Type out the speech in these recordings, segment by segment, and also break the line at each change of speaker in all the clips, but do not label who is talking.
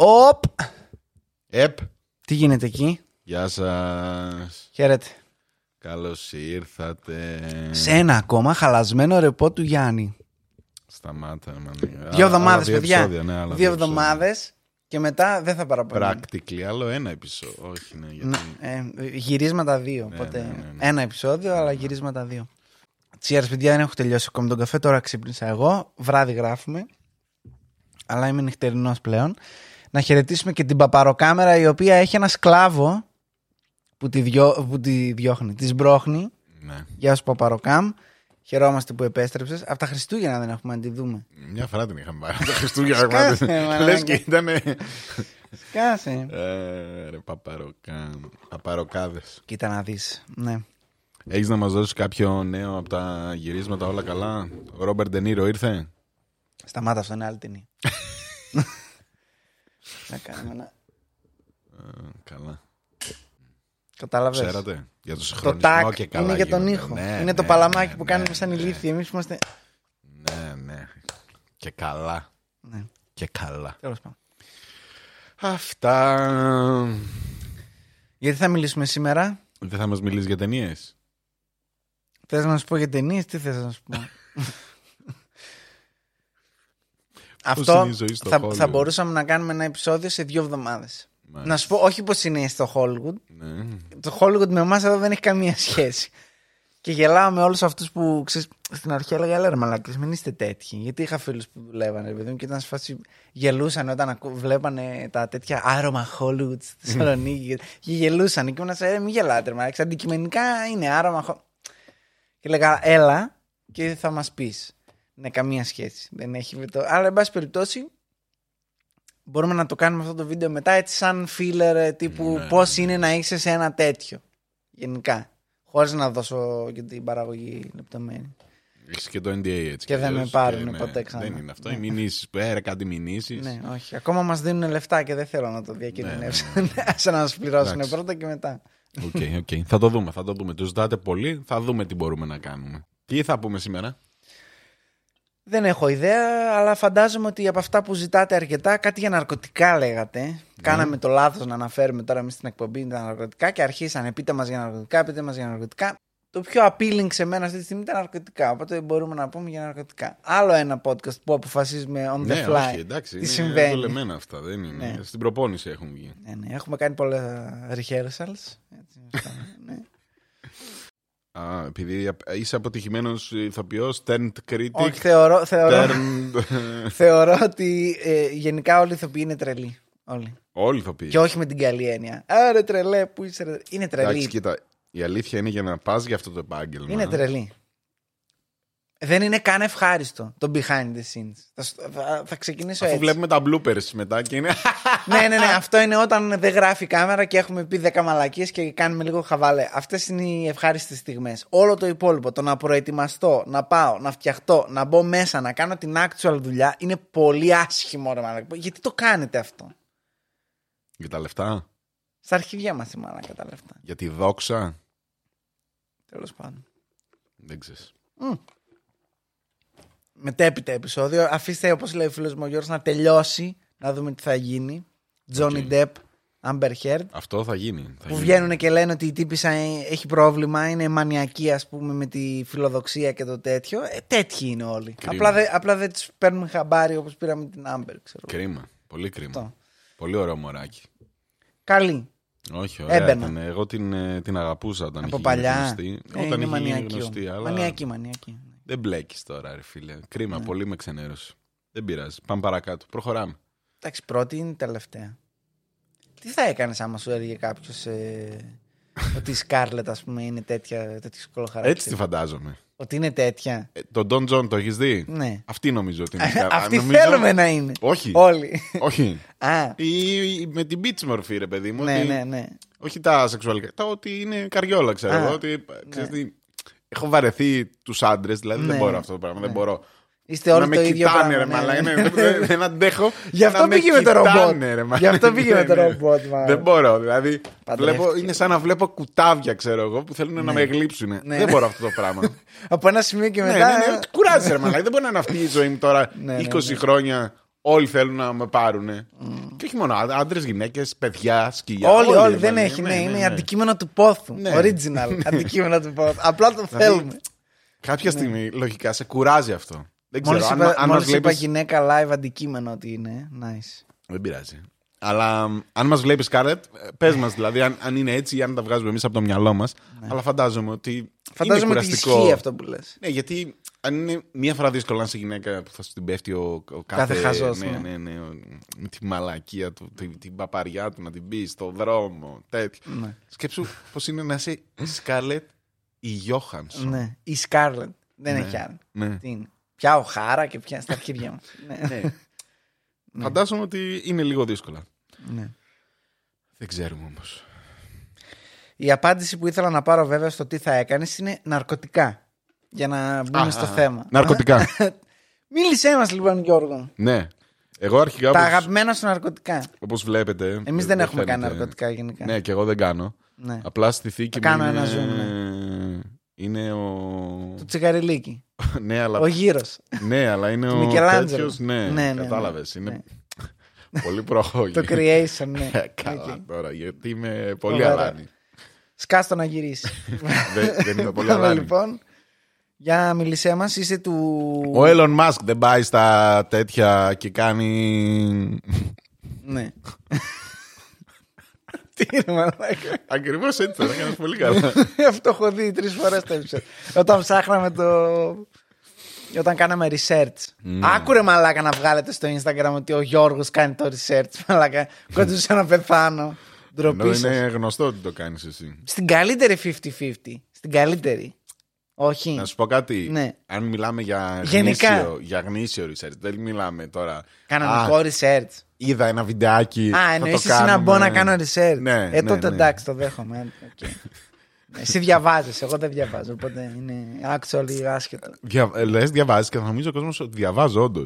Οπ!
Επ.
Τι γίνεται εκεί.
Γεια σας.
Χαίρετε.
Καλώς ήρθατε.
Σε ένα ακόμα χαλασμένο ρεπό του Γιάννη.
Σταμάτα, μα.
δύο εβδομάδε, παιδιά.
Ναι, άλλα
δύο εβδομάδες και μετά δεν θα παραπονιέμαι.
Practically, άλλο ένα επεισόδιο. Όχι, ναι, γιατί.
Ναι, ε, γυρίσματα δύο.
Ναι,
οπότε
ναι, ναι, ναι.
ένα επεισόδιο, αλλά γυρίσματα δύο. Τσιάρ, παιδιά, δεν έχω τελειώσει ακόμη τον καφέ. Τώρα ξύπνησα εγώ. Βράδυ γράφουμε. Αλλά είμαι νυχτερινός πλέον. Να χαιρετήσουμε και την παπαροκάμερα η οποία έχει ένα σκλάβο που τη, διώ, που τη διώχνει. Τη μπρόχνει.
Ναι.
Γεια σου Παπαροκάμ. Χαιρόμαστε που επέστρεψες. Από τα Χριστούγεννα δεν έχουμε να τη δούμε.
Μια φορά την είχαμε πάρει. Τα Χριστούγεννα
Σκάσε,
πράγματι.
μαλάκα.
Λες και ήταν.
Κάσε.
Ρε παπαροκά. Παπαροκάδες.
Κοίτα να δεις. Ναι.
Έχεις να μας δώσεις κάποιο νέο από τα γυρίσματα, όλα καλά. Ο Ρόμπερτ Ντενίρο ήρθε.
Σταμάτα αυτό είναι άλλη ταινία. να κάνουμε ένα...
Ε, Καλά.
Κατάλαβες.
Ξέρατε. Για το
Το
συγχρονισμό
τάκ
και καλά.
είναι για τον
γίνονται.
ήχο.
Ναι,
είναι
ναι,
το παλαμάκι
ναι,
που
ναι,
κάνουμε σαν
ναι.
ηλίθιοι. Εμείς είμαστε...
Ναι, ναι. Και καλά.
Ναι,
Και καλά.
τέλος πάντων.
Αυτά.
Γιατί θα μιλήσουμε σήμερα.
Δεν θα μας μιλήσεις για ταινίες.
Θες να σου πω για ταινίες, τι θες να σου πω. Αυτό
είναι η ζωή στο
θα, θα
Hollywood.
μπορούσαμε να κάνουμε ένα επεισόδιο σε δύο εβδομάδες.
Μάλιστα.
Να σου πω, όχι πως είναι στο Hollywood,
Ναι.
το Hollywood με εμάς εδώ δεν έχει καμία σχέση. και γελάω με όλους αυτούς που ξέρεις, στην αρχή έλεγα: Ελά, ρε μαλάκα, μην είστε τέτοιοι. Γιατί είχα φίλους που δουλεύανε, ρε παιδί μου, και ήταν σε φάση γελούσαν όταν ακού- βλέπανε τα τέτοια άρωμα Hollywood στη Θεσσαλονίκη. και γελούσαν. Και ήμουν σε, «Ε, μην γελάτε, ρε μαλάκα. Αντικειμενικά είναι άρωμα. Ho-». Και λέγα: Έλα και θα μας πεις. Ναι, καμία σχέση. Δεν έχει με το. Αλλά, εν πάση περιπτώσει, μπορούμε να το κάνουμε αυτό το βίντεο μετά έτσι σαν filler ε, τύπου
Ναι.
πώς είναι να είσαι σε ένα τέτοιο γενικά χωρίς να δώσω και την παραγωγή λεπτομέρεια.
Έχεις και το NDA έτσι.
Και δεν
κι
με
αλλιώς.
πάρουνε
Και,
ποτέ ξανά.
Δεν είναι αυτό.
Ναι.
Οι μηνύσει που έρε κάτι μηνύσεις.
Ναι, όχι. Ακόμα μας δίνουν λεφτά και δεν θέλω να το διακινδυνεύσω. Ας να μας πληρώσουν
Ναι, Εντάξει.
πρώτα και μετά.
Οκ, οκ. Θα το δούμε. Θα το δούμε. Τους ζητάτε πολύ. Θα δούμε τι μπορούμε να κάνουμε. Τι θα πούμε σήμερα.
Δεν έχω ιδέα, αλλά φαντάζομαι ότι από αυτά που ζητάτε αρκετά, κάτι για ναρκωτικά λέγατε.
Ναι.
Κάναμε το λάθος να αναφέρουμε τώρα εμείς στην εκπομπή τα ναρκωτικά και αρχίσανε. Πείτε μας για ναρκωτικά, πείτε μας για ναρκωτικά. Το πιο appealing σε μένα αυτή τη στιγμή ήταν ναρκωτικά. Οπότε μπορούμε να πούμε για ναρκωτικά. Άλλο ένα podcast που αποφασίζουμε on the
ναι,
fly.
όχι, εντάξει.
Τι
είναι
συμβαίνει.
δουλεμένα αυτά. Δεν είναι.
Ναι.
Στην προπόνηση έχουν βγει.
Ναι, ναι, έχουμε κάνει πολλά rehearsals. Έτσι, αυτά, ναι.
Α, επειδή απ- είσαι αποτυχημένος ηθοποιός, turned critic.
όχι, θεωρώ, θεωρώ,
turned-
θεωρώ ότι ε, γενικά όλοι οι ηθοποιοί είναι τρελοί. Όλοι.
Όλοι θα πει.
Και όχι με την καλή έννοια. Άρε τρελέ, που είσαι. ρε». Είναι
Εντάξει,
τρελή.
κοίτα. Η αλήθεια είναι για να πας για αυτό το επάγγελμα.
Είναι τρελή. Δεν είναι καν ευχάριστο το behind the scenes. Θα, σ- θα- θα ξεκινήσω
Αφού
έτσι.
βλέπουμε τα bloopers μετά και είναι.
ναι, ναι, ναι. Αυτό είναι όταν δεν γράφει η κάμερα και έχουμε πει 10 μαλακίες και κάνουμε λίγο χαβαλέ. Αυτές είναι οι ευχάριστες στιγμές. Όλο το υπόλοιπο, το να προετοιμαστώ, να πάω, να φτιαχτώ, να μπω μέσα, να κάνω την actual δουλειά, είναι πολύ άσχημο, ρε μαλάκα. Γιατί το κάνετε αυτό.
Για τα λεφτά,
Στα αρχιδιά μας η μαλάκα τα λεφτά.
για τη δόξα.
Τέλος πάντων.
Δεν ξέρεις.
μετέπειτα επεισόδιο. Αφήστε, όπως λέει ο φίλος μου ο Γιώργος, να τελειώσει, να δούμε τι θα γίνει. Johnny
Οκ.
Depp, Amber Heard,
Αυτό θα γίνει. Θα
που
γίνει.
βγαίνουν και λένε ότι η τύπησα ε, έχει πρόβλημα, είναι μανιακή ας πούμε με τη φιλοδοξία και το τέτοιο. Ε, τέτοιοι είναι όλοι.
Κρίμα.
Απλά, δεν- απλά δεν τους παίρνουμε χαμπάρι όπως πήραμε την Amber, ξέρω.
Κρίμα. Πολύ κρίμα.
Αυτό.
Πολύ ωραίο μωράκι.
Καλή.
Όχι, ωραία.
Έμπαινα.
ήταν. Εγώ την, ε, την αγαπούσα όταν
από
είχε
παλιά.
γίνει γνωστή.
Ε,
όταν είχε γίνει
μανιακή
γνωστή,
όμως.
αλλά
Μανιακή, Ναι. μανιακή.
δεν μπλέκεις τώρα, ρε φίλε. Κρίμα, πολύ με ξενέρωσε. Δεν πειράζει. Πάμε παρακάτω. Προχωράμε.
Εντάξει, πρώτη είναι η τελευταία. Τι θα έκανες άμα σου έλεγε κάποιος ε, ότι η Σκάρλετ, ας πούμε, είναι τέτοια, τέτοιο σκολό χαρακτήρα.
Έτσι τη φαντάζομαι.
Ότι είναι τέτοια.
Ε, τον Don John το έχεις δει.
Ναι.
Αυτή νομίζω ότι είναι. η σκάλα.
Αυτή
Ε, Νομίζω-
θέλουμε να είναι.
Όχι.
Όλοι.
Όχι.
Α,
Ή, ή- με την beach μορφή, ρε παιδί μου.
ναι,
ότι-
ναι, ναι.
Όχι τα σεξουαλικά. Τα ότι είναι καριόλα, ξέρω
Α,
εγώ. Ότι, ξέρεις τι, έχω βαρεθεί τους άντρες, δηλαδή
Ναι,
δεν μπορώ αυτό το πράγμα. Δεν μπορώ.
Είστε όλοι
να
το
με
ίδιο
κοιτάνε,
πράγμα.
ρε
ναι,
μαλάκα.
ναι.
ναι, Δεν δεν αντέχω.
Γι'
να
αυτό
με
πήγε με το ρομπότ.
κοιτάνε, ρε μαλάκα.
Γι' αυτό πήγε με το
Ναι, ναι.
ρομπότ, μάλλον.
Δεν μπορώ. Δηλαδή,
Παντρεύτηκε.
βλέπω, είναι σαν να βλέπω κουτάβια, ξέρω εγώ, που θέλουν να με γλύψουν.
Ναι.
Δεν μπορώ αυτό το πράγμα.
Από ένα σημείο και
Ναι,
μετά.
ναι, ναι, κουράζει, ρε μαλάκα. Δεν μπορεί να είναι αυτή η ζωή μου τώρα
Ναι, ναι,
20 χρόνια Όλοι θέλουν να με πάρουν. Και όχι μόνο άντρε, γυναίκες, παιδιά, σκυλιά.
Όλοι, όλοι, δεν
δηλαδή.
έχει.
Ναι,
Ναι,
ναι,
είναι
ναι.
αντικείμενο του πόθου.
Ναι.
Original. αντικείμενο του πόθου. Απλά το
Δηλαδή,
θέλουμε.
Κάποια στιγμή λογικά σε κουράζει αυτό. Δεν ξέρω.
Μόλις
αν-
Ναι. είπα,
αν,
μόλις
μας
είπα
βλέπεις-
γυναίκα live αντικείμενο ότι είναι. Nice.
Δεν πειράζει. Αλλά μ, αν μας βλέπεις, Σκάρλετ, πε μας δηλαδή αν, αν είναι έτσι ή αν τα βγάζουμε εμείς από το μυαλό μας. Αλλά φαντάζομαι ότι. είναι
Ναι. Φαντάζομαι ότι
κουραστικό.
ισχύει αυτό που λες.
Ναι, γιατί αν είναι μία φορά δύσκολο να είσαι γυναίκα που θα σου την πέφτει ο, ο
Κάθε
κάθε.
χαζός,
Ναι,
ναι.
ναι, ναι, ο- με τη μαλακία του, τη- την παπαριά του να την πεις στον δρόμο, τέτοιο.
Ναι.
Σκέψου πώς είναι να είσαι η Σκάρλετ η Γιώχανσον.
ναι. Η Scarlett. Δεν
Ναι.
έχει άλλη.
Ναι.
Τι είναι. Πια ο Χάρα και πια στα αρχίδια μου. ναι. Ναι.
Φαντάζομαι ότι είναι λίγο δύσκολα.
ναι.
Δεν ξέρουμε όμως.
Η απάντηση που ήθελα να πάρω βέβαια στο τι θα έκανες είναι ναρκωτικά. Για να μπούμε στο θέμα.
Ναρκωτικά.
Μίλησέ μας λοιπόν, Γιώργο. μου.
ναι. Εγώ αρχικά.
Τα
όπως- Ε,
αγαπημένα σου ναρκωτικά.
Όπως βλέπετε. ε,
Εμεί δεν έχουμε κάνει ναρκωτικά γενικά.
Ναι, και εγώ δεν κάνω.
Ναι.
Απλά στη θήκη
Θα
μου
κάνω
είναι...
ένα zoom, ναι.
είναι ο...
Το τσιγαριλίκι.
ναι, αλλά...
Ο γύρος.
ναι, αλλά είναι
Του
ο
Μικελάντζελο.
τέτοιος, ναι,
Ναι, ναι, ναι.
κατάλαβες. Είναι
Ναι.
πολύ προχώγη.
Το creation, ναι.
Καλά
Οκ.
τώρα, γιατί είμαι πολύ
Φοβερό.
αλάνη.
Σκάστο να γυρίσεις.
δεν, δεν είμαι πολύ
Πάμε
αλάνη.
λοιπόν. Για μιλησέ μας, είσαι του.
Ο Elon Musk δεν πάει στα τέτοια και κάνει...
Ναι. Τι είναι, μαλάκα.
Ακριβώς έτσι, θα έκανες πολύ καλά.
Αυτό έχω δει τρεις φορές το episode. Όταν ψάχναμε το. Όταν κάναμε research.
Ναι.
Άκουρε μαλάκα να βγάλετε στο Instagram ότι ο Γιώργος κάνει το research. Μαλάκα. Κοντούσα να πεθάνω.
Ενώ
Ντροπή σας.
είναι γνωστό ότι το κάνεις εσύ.
Στην καλύτερη 50-50. Στην καλύτερη. Όχι.
Να σου πω κάτι.
Ναι.
Αν μιλάμε για
Γενικά.
γνήσιο, για γνήσιο research, δεν μιλάμε τώρα.
Κανονικό
Α,
research.
είδα ένα βιντεάκι.
Α,
θα
εννοεί
το
εσύ να μπω να
κάνουμε.
κάνω research.
Ναι,
ε,
ναι,
τότε
ναι.
εντάξει, το δέχομαι. ε, οκ. Εσύ διαβάζεις, εγώ δεν διαβάζω. Οπότε είναι actually άσχετο.
Δια, Λες, διαβάζεις και θα νομίζεις ο κόσμος ότι διαβάζω, όντως.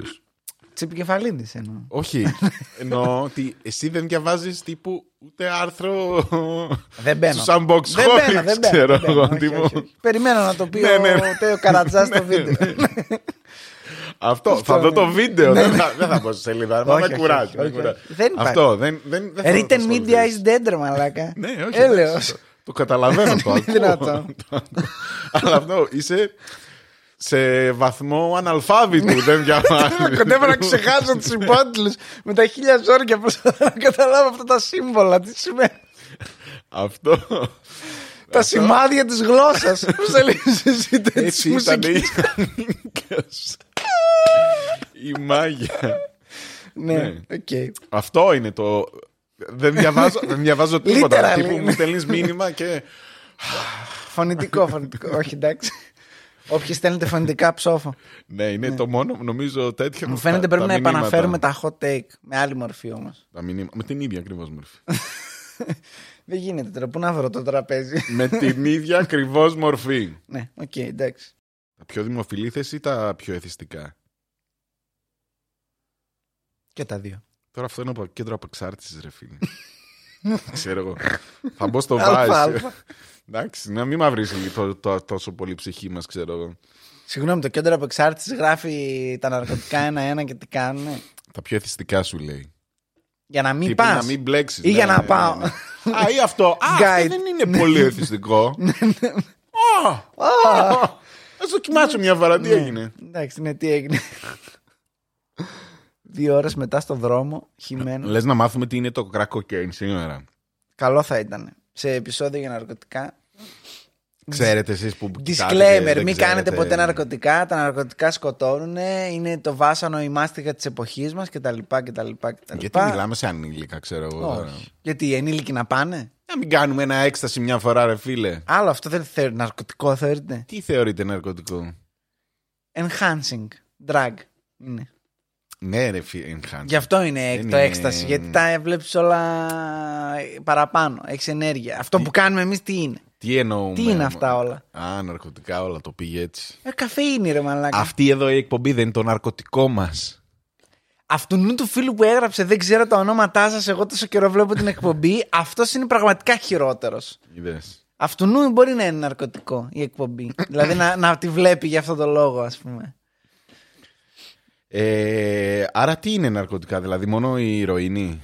Τσιπικεφαλίδη εννοώ.
Όχι.
Ναι.
Εννοώ ότι εσύ δεν διαβάζεις τύπου ούτε άρθρο.
Δεν μπαίνω.
Στους unbox
δεν μπαίνω, δεν μπαίνω.
ξέρω
δεν μπαίνω,
εγώ,
όχι,
τύπου.
όχι, όχι. Περιμένω να το πει
Ναι, ναι, ναι.
ο Τέο Καρατζάς στο βίντεο.
Αυτό.
Αυτό,
θα δω
ναι.
το βίντεο. δεν, θα, δεν θα μπω στη σελίδα. άρα
Όχι,
με
όχι,
κουράζει.
όχι,
με
όχι,
κουράζει.
όχι. Δεν υπάρχει.
Αυτό. Δεν, δεν, δεν ναι, θα το
Written
ασχοληθείς.
media is dead, ρε μαλάκα.
Ναι, όχι.
Έλεος.
εντάξει, Το, το καταλαβαίνω το.
Είναι
ακούω.
δυνατόν.
Το ακούω. Αλλά αυτό είσαι σε βαθμό αναλφάβητου. δεν διαβάζει.
Κοντεύω να ξεχάσω του υπότιτλου με τα χίλια ζόρια προσπαθώ να καταλάβω αυτά τα σύμβολα. Τι σημαίνει.
Αυτό.
Τα σημάδια της γλώσσας. Πώς θα λέει εσύ
Έτσι
τέτοιε
ήταν
μουσικέ.
η Ισανίκας. Η μάγια.
Ναι, οκ.
Αυτό είναι το. Δεν διαβάζω, δεν διαβάζω τίποτα.
Literally.
Τύπου μου στέλνεις μήνυμα και.
Φωνητικό, φωνητικό. Όχι, εντάξει. Όποιοι στέλνετε φωνητικά ψόφο.
Ναι, είναι το μόνο νομίζω τέτοιο.
Μου φαίνεται
Τα-
πρέπει
τα
να
μηνύματα.
επαναφέρουμε τα hot take με άλλη μορφή όμως.
Τα μηνύματα. Με την ίδια ακριβώς μορφή.
Δεν γίνεται τώρα. Πού να βρω το τραπέζι.
Με την ίδια ακριβώς μορφή.
Ναι, οκ, εντάξει.
Τα πιο δημοφιλήθες ή τα πιο εθιστικά.
Και τα δύο.
Τώρα αυτό είναι από κέντρο απεξάρτηση, ρε φίλε. Ξέρω εγώ. Θα μπω στο
Αλφα,
βάζ.
αλφα.
Εντάξει, να μην μαυρίσει το, το- τόσο πολύ η ψυχή μας, ξέρω εγώ.
Συγγνώμη, το κέντρο απεξάρτησης γράφει τα ναρκωτικά ένα-ένα και τι κάνουν. Ναι.
Τα πιο εθιστικά σου λέει.
Για να μην
Τύπου
πας.
Να μην ναι, μπλέξεις.
Ή για να πάω.
Α, ή αυτό. Α, αυτό
Guide. Ναι.
δεν είναι πολύ εθιστικό. Α, Α δοκιμάσω μια φορά.
Ναι.
Τι έγινε.
Εντάξει, ναι, τι έγινε. Δύο ώρες μετά στο δρόμο, χυμένο.
Λες να μάθουμε τι είναι το crack cocaine σήμερα.
Καλό θα ήταν. Σε επεισόδιο για ναρκωτικά.
Ξέρετε εσείς που. κοιτάτε και δεν
Disclaimer, μην
ξέρετε.
κάνετε ποτέ ναρκωτικά. Τα ναρκωτικά σκοτώνουν. Είναι το βάσανο, η μάστιγα της εποχής μας κτλ. κτλ, κτλ.
Γιατί μιλάμε ε. σε ανήλικα, ξέρω εγώ. τώρα.
Όχι. Γιατί οι ενήλικοι να πάνε.
Να μην κάνουμε ένα έκσταση μια φορά, ρε φίλε.
Άλλο αυτό δεν θεωρείται ναρκωτικό, θεωρείται.
Τι θεωρείτε ναρκωτικό.
Enhancing drug είναι.
Ναι, ρε φίλε, enhanced.
Γι' αυτό είναι
Δεν
το
είναι-
έκσταση, γιατί τα βλέπεις όλα παραπάνω. Έχεις ενέργεια. Αυτό
Ε.
που κάνουμε εμείς τι είναι.
Τι εννοούμε.
Τι είναι αυτά όλα.
Α, ναρκωτικά όλα, το πήγε έτσι.
Ε, καφέινη ρε μαλάκα.
Αυτή εδώ η εκπομπή δεν είναι το ναρκωτικό μας.
Αυτού νου του φίλου που έγραψε, δεν ξέρω τα ονόματά σας. Εγώ τόσο καιρό βλέπω την εκπομπή. Αυτός είναι πραγματικά χειρότερος.
Είδες.
Αυτού νου μπορεί να είναι ναρκωτικό η εκπομπή. δηλαδή να, να τη βλέπει για αυτό το λόγο, ας πούμε.
Ε, άρα τι είναι ναρκωτικά, δηλαδή μόνο η ηρωίνη.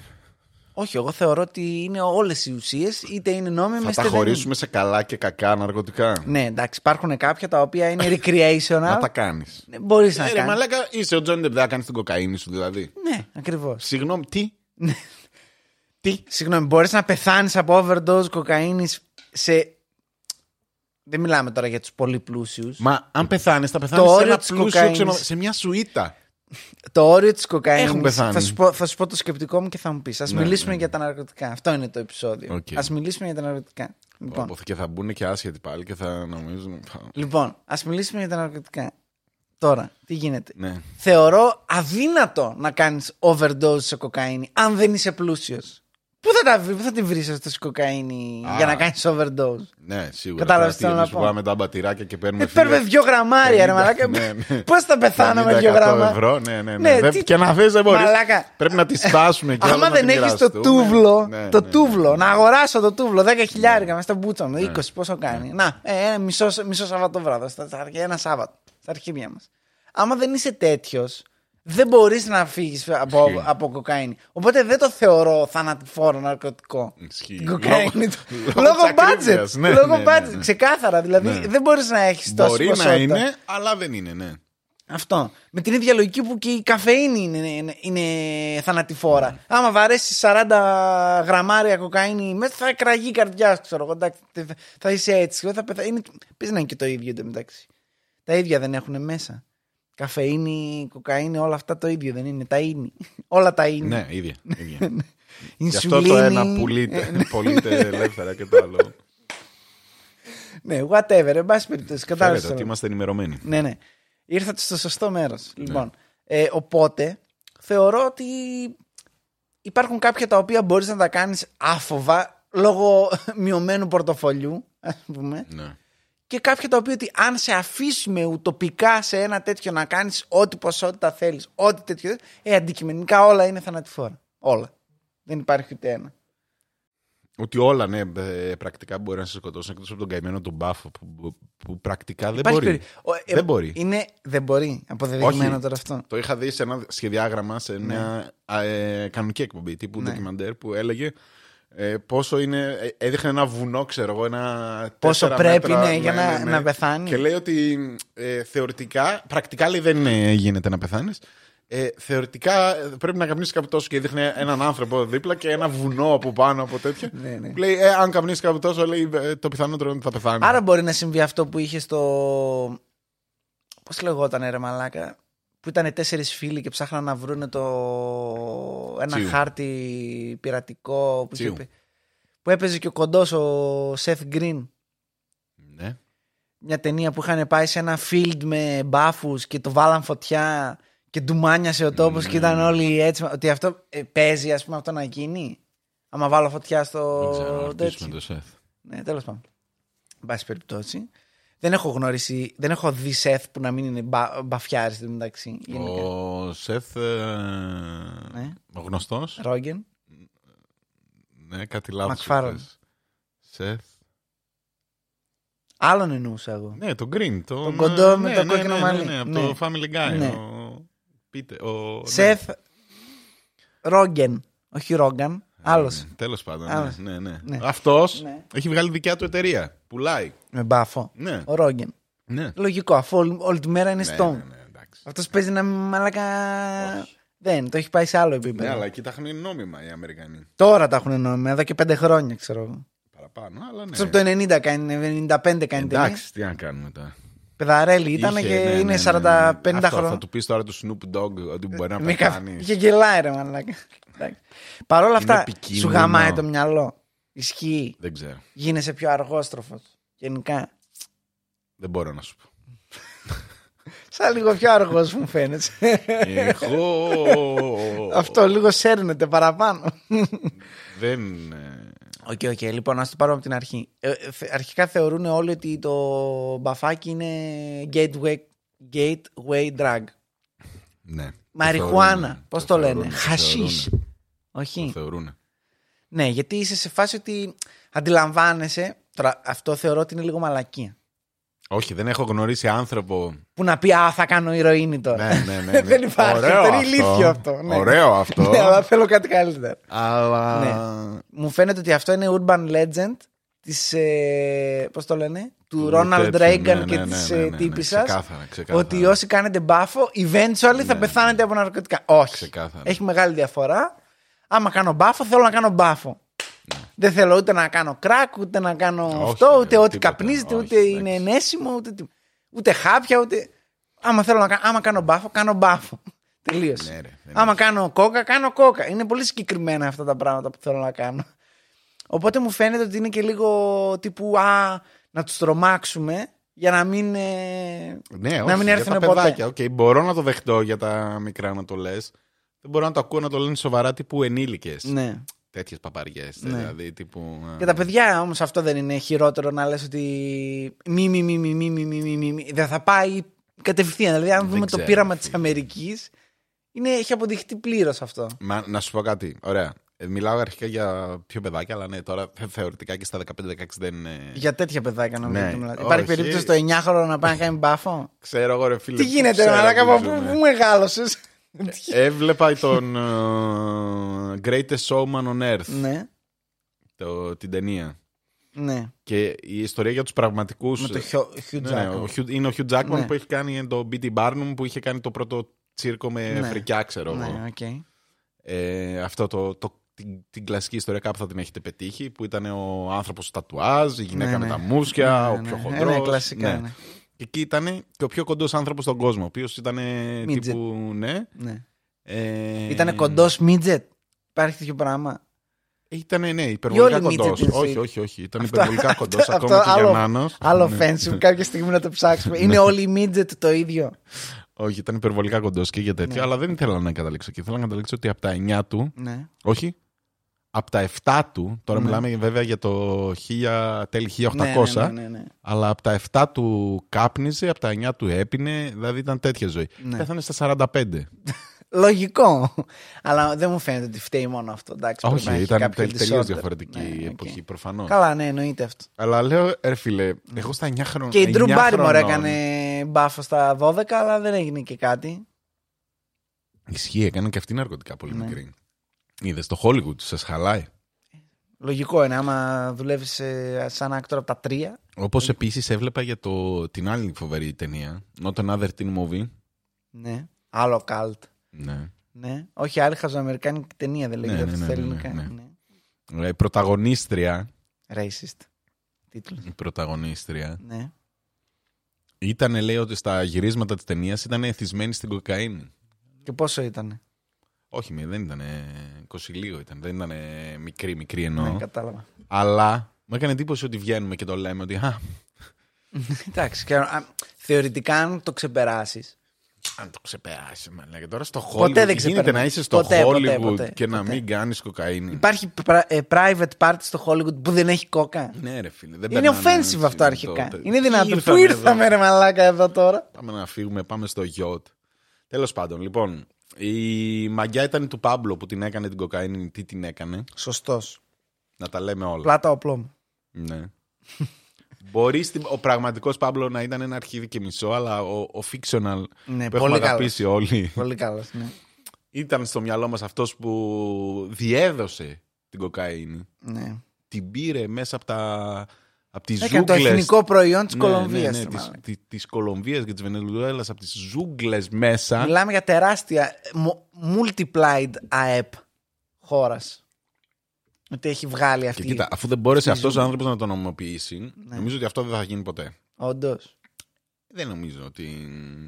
Όχι, εγώ θεωρώ ότι είναι όλες οι ουσίες, είτε είναι νόμιμες
Θα
είτε
τα
δεν είναι.
χωρίσουμε σε καλά και κακά ναρκωτικά.
Ναι, εντάξει, υπάρχουν κάποια τα οποία είναι recreational.
Να τα κάνεις.
Μπορείς να
Ε, ρε,
κάνεις.
μαλάκα, είσαι ο Τζόνι Ντεπ, δεν θα κάνεις την κοκαίνη σου δηλαδή.
Ναι, ακριβώς.
Συγγνώμη, τι.
Ναι.
τι.
Συγγνώμη, μπορείς να πεθάνεις από overdose κοκαίνης σε. Δεν μιλάμε τώρα για τους πολύ πλούσιους.
Μα αν πεθάνεις, θα πεθάνεις σε
όριο
ένα
της
πλούσιο
κοκαίνης.
ξενο... σε μια σουίτα.
Το όριο της κοκαίνης
Έχουν πεθάνει.
Θα, σου πω- θα σου πω το σκεπτικό μου και θα μου πεις. Ας
Ναι,
μιλήσουμε
ναι.
για τα ναρκωτικά. Αυτό είναι το επεισόδιο. Α
Οκ.
μιλήσουμε για τα ναρκωτικά. Λοιπόν,
Οπότε Και θα μπουν και άσχετοι πάλι και θα νομίζουν.
λοιπόν ας μιλήσουμε για τα ναρκωτικά. Τώρα, τι γίνεται.
Ναι.
Θεωρώ αδύνατο να κάνεις overdose σε κοκαίνη αν δεν είσαι πλούσιος. Πού θα, τα, βρει- πού θα τη βρεις αυτή τη κοκαίνη
Α.
για να κάνεις overdose.
Ναι, σίγουρα.
Κατάλαβες τι θέλω
Τώρα,
να
εμείς που
πω.
Πάμε τα μπατηράκια και παίρνουμε.
Ε, παίρνουμε
φίλες,
δύο γραμμάρια, ρε
50,
μαλάκα.
ναι, ναι.
Πώς θα πεθάνω με
50
δύο γραμμάρια.
ευρώ, ναι, ναι, ναι.
Ναι,
Δεν-
τι-
Και να θε, δεν μπορείς.
Μαλάκα.
Πρέπει να Ναι, τη σπάσουμε και
Άμα δεν έχει
έχεις
το τούβλο, το τούβλο, να αγοράσω το τούβλο, 10
Ναι.
χιλιάρικα μέσα στο μπούτσο μου, 20, πόσο κάνει. Να, ε, ε, μισό, μισό Σάββατο βράδυ, στα, στα- ένα Σάββατο, στα αρχίδια μας. Άμα δεν είσαι τέτοιος, δεν μπορείς να φύγεις από,
Ισχύει.
από κοκαίνη. Οπότε δεν το θεωρώ θανατηφόρο ναρκωτικό.
Ισχύει.
Την κοκαίνη
Λόγω-
του.
λόγω
Λόγω
της
budget.
ακρίβειας, ναι,
Λόγω
ναι, ναι,
budget.
ναι.
Ξεκάθαρα. Δηλαδή
Ναι.
δεν μπορείς να έχεις τόσο
Μπορεί να
ποσότητα.
είναι, αλλά δεν είναι, ναι.
Αυτό. Με την ίδια λογική που και η καφέινη είναι, είναι, είναι θανατηφόρα.
Ναι.
Άμα βαρέσεις 40 γραμμάρια κοκαίνη μέσα, θα κραγεί η καρδιά σου, ξέρω εγώ. εντάξει, τε- Θα είσαι έτσι. εγώ Θα πεθα... είναι... Πες να είναι και το ίδιο εντωμεταξύ. Τα ίδια δεν έχουν μέσα. Καφέινη, κοκαίνη, όλα αυτά το ίδιο δεν είναι. Τα είναι. όλα τα είναι.
Ναι, ίδια. ίδια. Γι' αυτό
Ινσουλίνη.
το ένα
Ε,
πουλείται, πουλείται ελεύθερα και το άλλο.
Ναι, whatever. Εν πάση περιπτώσει, κατάλαβες
Φαίνεται
τώρα.
ότι είμαστε ενημερωμένοι.
Ναι, ναι. Ήρθατε στο σωστό μέρος.
Ναι.
Λοιπόν, ε, οπότε θεωρώ ότι υπάρχουν κάποια τα οποία μπορείς να τα κάνεις άφοβα λόγω μειωμένου πορτοφολιού, ας πούμε.
Ναι.
Και κάποια τα οποία ότι αν σε αφήσουμε ουτοπικά σε ένα τέτοιο να κάνεις ό,τι ποσότητα θέλεις, ό,τι τέτοιο. Ε, αντικειμενικά όλα είναι θανατηφόρα. Όλα. Δεν υπάρχει ούτε ένα.
Ότι όλα, ναι, ε, πρακτικά μπορεί να σε σκοτώσουν εκτός από τον καημένο τον μπάφο που, που- που πρακτικά δεν
Υπάρχει
μπορεί.
περί- Ο- ε,
Δεν μπορεί.
Είναι, δεν μπορεί. Αποδεδειγμένο τώρα αυτό.
Το είχα δει σε ένα σχεδιάγραμμα σε μια α, ε, κανονική εκπομπή τύπου
Ναι.
ντοκιμαντέρ που έλεγε ε, πόσο είναι. ε, Έδειχνε ένα βουνό, ξέρω εγώ, ένα.
Πόσο
τέσσερα
πρέπει,
μέτρα,
ναι, για να- να πεθάνεις.
Και λέει ότι ε, θεωρητικά, πρακτικά λέει δεν ε, γίνεται να πεθάνεις. Ε, θεωρητικά ε, πρέπει να καπνίσεις κάπου τόσο και δείχνει έναν άνθρωπο δίπλα και ένα βουνό από πάνω από τέτοια.
Ναι, ναι.
Που Λέει, ε, αν καπνίσεις κάπου τόσο, λέει, ε, το πιθανότερο είναι ότι θα πεθάνεις.
Άρα μπορεί να συμβεί αυτό που είχε στο. Πώς λεγόταν ρε Μαλάκα. Που ήταν τέσσερις φίλοι και ψάχναν να βρουν το. ένα
Τσίου.
χάρτη πειρατικό. Που, είχε
Τσίου.
πε- που έπαιζε και ο κοντός ο Σεφ Γκριν.
Ναι.
Μια ταινία που είχαν πάει σε ένα field με μπάφους και το βάλαν φωτιά και ντουμάνιασε ο τόπος και
Ναι.
ήταν όλοι έτσι. Ότι αυτό ε, παίζει, ας πούμε, αυτό να γίνει. Άμα βάλω φωτιά στο.
Δεν ξέρω,
τέτοιο.
ρωτήσουμε το Σεφ.
Ναι, τέλος πάντων. Εν πάση περιπτώσει. Δεν έχω γνώρισει, δεν έχω δει σεφ που να μην είναι μπα, μπαφιάρι στην μεταξύ. γενικά.
Ο Σεφ.
Ναι.
Ο γνωστός.
Ρόγγεν.
Ναι, κάτι λάθος.
Μακφάρον.
Σεφ.
Άλλον εννοούσα εγώ.
Ναι, το Green. Το
Τον κοντό με
ναι,
το
ναι,
κόκκινο
ναι,
μαλλί.
Ναι, ναι, από
Ναι.
το Family Guy.
Ναι.
Ο... Πείτε, ο... ναι. Ε,
Σεφ. Ρόγγεν. Όχι Ρόγκαν. Άλλος.
Τέλος πάντων.
Άλλος.
Ναι, ναι, ναι.
Ναι.
Αυτός
Ναι.
έχει βγάλει δικιά του εταιρεία. Πουλάει.
Με μπάφο.
Ναι.
Ο Ρόγγεν.
Ναι.
Λογικό, αφού όλη, όλη τη μέρα είναι
Ναι,
stone.
ναι, ναι, εντάξει.
Αυτός παίζει να μην μαλακά.
Όχι.
Δεν, το έχει πάει σε άλλο επίπεδο.
Ναι, αλλά εκεί τα έχουν νόμιμα οι Αμερικανοί.
Τώρα τα έχουν νόμιμα, εδώ και πέντε χρόνια ξέρω
Ναι.
εγώ.
Παραπάνω, αλλά ναι.
Εκτός από το 90 κάνει, 95 κάνει ταινία.
Εντάξει, τι να κάνουμε τώρα.
Παιδαρέλη ε. ήταν
Είχε,
ναι. και
ναι, ναι, ναι,
είναι
ναι.
40-50
Αυτό,
χρόνια. Ε,
Θα του πεις τώρα του Snoop Dogg ότι μπορεί να
Μη κα-
πεθάνει.
Είχε γελάει ρε μαλάκα. Εντάξει. Παρ' όλα αυτά,
επικίνδυνο.
σου γαμάει το μυαλό. Ισχύει.
Δεν ξέρω.
Γίνεσαι πιο αργόστροφος. Γενικά.
Δεν μπορώ να σου πω.
Σαν λίγο πιο αργός μου φαίνεται.
Εγώ.
Αυτό λίγο σέρνεται παραπάνω.
Δεν. ε,
Οκ, οκ. Λοιπόν, ας το πάρουμε από την αρχή. Ε, ε, θε- αρχικά θεωρούν όλοι ότι το μπαφάκι είναι gateway, gateway drug.
Ναι. Το θεωρούνε.
Μαριχουάνα. Πώς το λένε.
θεωρούνε, το
Χασίς.
θεωρούνε, Το
Όχι.
θεωρούν.
Ναι, γιατί είσαι σε φάση ότι αντιλαμβάνεσαι. Τώρα, αυτό θεωρώ ότι είναι λίγο μαλακία.
Όχι, δεν έχω γνωρίσει άνθρωπο.
Που να πει Α, θα κάνω ηρωίνη τώρα.
ναι, ναι, ναι, ναι.
δεν υπάρχει.
Ωραίο
δεν είναι
αυτό.
ηλίθιο αυτό. ναι.
Ωραίο αυτό.
ναι, αλλά Ναι. θέλω κάτι καλύτερο.
αλλά.
Μου φαίνεται ότι αυτό είναι urban legend της, ε, πώς το λένε, του Ρόναλντ
τέτοιο, ναι,
Reagan
ναι,
και
ναι,
της
ναι,
ε,
ναι, ναι,
τύπισσας,
ξεκάθαρα, ξεκάθαρα. Ναι,
Ότι όσοι κάνετε μπάφο, eventually θα πεθάνετε από ναρκωτικά. Όχι.
Ξεκάθαρα.
Έχει μεγάλη διαφορά. Άμα κάνω μπάφο, θέλω να κάνω μπάφο. Δεν θέλω ούτε να κάνω κράκ, ούτε να κάνω
Ναι. Όχι,
αυτό, ούτε
ε,
ό,τι
τίποτα.
καπνίζεται,
Όχι,
ούτε
εντάξει.
είναι ενέσιμο, ούτε, τι- ούτε χάπια, ούτε. Άμα θέλω να κάνω, άμα κάνω μπάφο, κάνω μπάφο. Τελείωσε.
Ναι, ρε, δεν
άμα κάνω κόκα, κάνω κόκα. Είναι πολύ συγκεκριμένα αυτά τα πράγματα που θέλω να κάνω. Οπότε μου φαίνεται ότι είναι και λίγο τύπου α, να τους τρομάξουμε για να μην. ε,
Ναι, όχι,
μην
για
έρθουνε
τα
ποτέ.
παιδάκια. Οκ, μπορώ να το δεχτώ για τα μικρά να το λες. Δεν μπορώ να το ακούω να το λένε σοβαρά τύπου ενήλικες.
Ναι.
Τέτοιες παπαριές.
Ναι.
Δηλαδή τύπου. α,
Για τα παιδιά όμως αυτό δεν είναι χειρότερο να λες ότι μη, μη, μη, μη, μη, μη, μη, μη, μη, μη. Δεν θα πάει κατευθείαν. Δηλαδή, αν
Δεν
δούμε το
ξέρω,
πείραμα
φίλε.
τη Αμερική, έχει αποδειχτεί πλήρως αυτό.
Μα, να σου πω κάτι. Ωραία. Ε, μιλάω αρχικά για πιο παιδάκια, αλλά ναι, τώρα θε- θεωρητικά και στα 15-16 δεν ε, είναι.
Για τέτοια παιδάκια νομίζω.
Ναι,
ότι μιλάτε.
όχι.
Υπάρχει περίπτωση το 9χρονο να πάει να κάνει μπάφο.
Ξέρω εγώ, ρε φίλε.
Τι
πού
γίνεται,
ξέρω ναι.
Μαλάκα,
που
από πού
ζούμε.
πού μεγάλωσες
Έβλεπα τον ε, Greatest Showman on Earth,
ναι,
το, την ταινία.
ναι.
Και η ιστορία για τους πραγματικούς...
Με το χιο- Hugh
Ναι, ναι,
Jackman.
ο Hugh- είναι ο Hugh Jackman
Ναι.
που έχει κάνει ε, το BT Barnum που είχε κάνει το πρώτο τσίρκο με
Ναι.
φρικιά, ξέρω εγώ.
Ναι, οκ.
Ε, αυτό το, το, την, την κλασική ιστορία κάπου θα την έχετε πετύχει που ήταν ο άνθρωπος του τατουάζ, η γυναίκα
Ναι,
με
ναι.
τα μουσια,
Ναι,
ο
ναι,
πιο
ναι.
χοντρός.
Ναι, κλασικά.
Ναι.
ναι.
Και εκεί ήταν και ο πιο κοντός άνθρωπος στον κόσμο, ο οποίος ήταν
Midget.
τύπου... Ναι,
Ναι.
ε,
Ήτανε κοντός μίτζετ. Υπάρχει τέτοιο πράγμα.
Ήταν, ναι,
Ή
υπερβολικά
όλοι οι
κοντό.
midget είναι
Όχι,
sweet.
όχι, όχι. Ήταν
Αυτό-
υπερβολικά
αυτό-
κοντός
αυτό
ακόμα και για
άλλο-
νάνος.
Άλλο
Ναι.
offensive, κάποια στιγμή να το ψάξουμε. Είναι όλοι οι midget το ίδιο.
Όχι, ήταν υπερβολικά κοντός και για τέτοιο,
Ναι.
αλλά δεν ήθελα να καταλήξω. Και ήθελα να καταλήξω ότι από τα 9 του,
Ναι.
όχι, από τα 7 του, τώρα
Ναι.
μιλάμε βέβαια για το 1000, τέλη 1800,
Ναι, ναι, ναι, ναι.
αλλά από τα 7 του κάπνιζε, από τα 9 του έπινε, δηλαδή ήταν τέτοια ζωή.
Ναι.
Πέθανε στα 45.
Λογικό. Αλλά δεν μου φαίνεται ότι φταίει μόνο αυτό. Εντάξει, πρέπει να
όχι,
έχει
ήταν
κάποιο
τελείως
disorder.
διαφορετική
Ναι, οκ.
εποχή, προφανώς.
Καλά, ναι, εννοείται αυτό.
Αλλά λέω, ρε φίλε, εγώ στα 9 χρόνια.
Και η Drew Barrymore έκανε μπάφο στα 12, αλλά δεν έγινε και κάτι.
Ισχύει, έκανε και αυτή ναρκωτικά πολύ
Ναι.
μικρή. Είδες το Hollywood, σα χαλάει.
Λογικό είναι, άμα δουλεύεις σαν άκτορα από τα τρία.
Όπως επίσης έβλεπα για το, την άλλη φοβερή ταινία, Not Another Teen Movie.
Ναι. Άλλο cult.
Ναι.
Ναι. Όχι, άλλη χαζοαμερικάνικη ταινία δεν λέγεται
Ναι,
αυτή
ναι,
στα
ναι, ναι,
ελληνικά.
ναι.
Ναι.
Ε, πρωταγωνίστρια,
Racist. Τίτλος.
η πρωταγωνίστρια
Ναι.
ήταν, λέει, ότι στα γυρίσματα της ταινίας ήταν εθισμένη στην κοκαίνη.
Και πόσο ήταν.
Όχι, μη, δεν ήταν. 20 λίγο ήταν. Δεν ήταν μικρή, μικρή εννοώ.
Ναι, κατάλαβα.
Αλλά μου έκανε εντύπωση ότι βγαίνουμε και το λέμε ότι. Α,
Εντάξει, και, α, θεωρητικά αν το ξεπεράσεις.
αν το ξεπεράσεις, μαλάκα. Τώρα στο Hollywood.
Ποτέ δεν
Γίνεται
ξεπερνά.
να είσαι στο
Ποτέ,
Hollywood
ποτέ, ποτέ,
και να
ποτέ.
μην κάνεις κοκαίνη.
Υπάρχει πρα- ε, private party στο Hollywood που δεν έχει κόκα.
Ναι, ρε φίλε. Δεν
είναι
περνάνε
offensive
έτσι,
αυτό
το-
αρχικά.
το-
Είναι δυνατό. Πού
Ήρθαμε εδώ.
ήρθαμε ρε μαλάκα εδώ τώρα.
Πάμε να φύγουμε, πάμε στο γιότ. Τέλος πάντων, λοιπόν, η μαγιά ήταν του Πάμπλο που την έκανε την κοκαίνη. Τι την έκανε,
Σωστός.
να τα λέμε όλα.
Πλάτα όπλο μου.
Ναι. Μπορεί στην- ο πραγματικός Πάμπλο να ήταν ένα αρχίδι και μισό, αλλά ο, ο fictional
Ναι,
που έχουμε
πολύ καλός.
αγαπήσει όλοι
Πολύ καλός. Ναι.
ήταν στο μυαλό μας αυτός που διέδωσε την κοκαίνη.
ναι.
Την πήρε μέσα από τα. Από τις
Έκανε το
ζούγκλες.
εθνικό προϊόν της Κολομβίας.
Ναι, ναι, ναι, της- τη- της Κολομβίας και της Βενεζουέλας, από τις ζούγκλες μέσα.
Μιλάμε για τεράστια ε, μο- multiplied ΑΕΠ χώρας. Ότι έχει βγάλει
Και
αυτή.
κοίτα, αφού δεν μπόρεσε
αυτή η
αυτός ο
ζούγκλα.
άνθρωπος να το νομιμοποιήσει,
Ναι.
νομίζω ότι αυτό δεν θα γίνει ποτέ.
Όντως.
Δεν νομίζω ότι.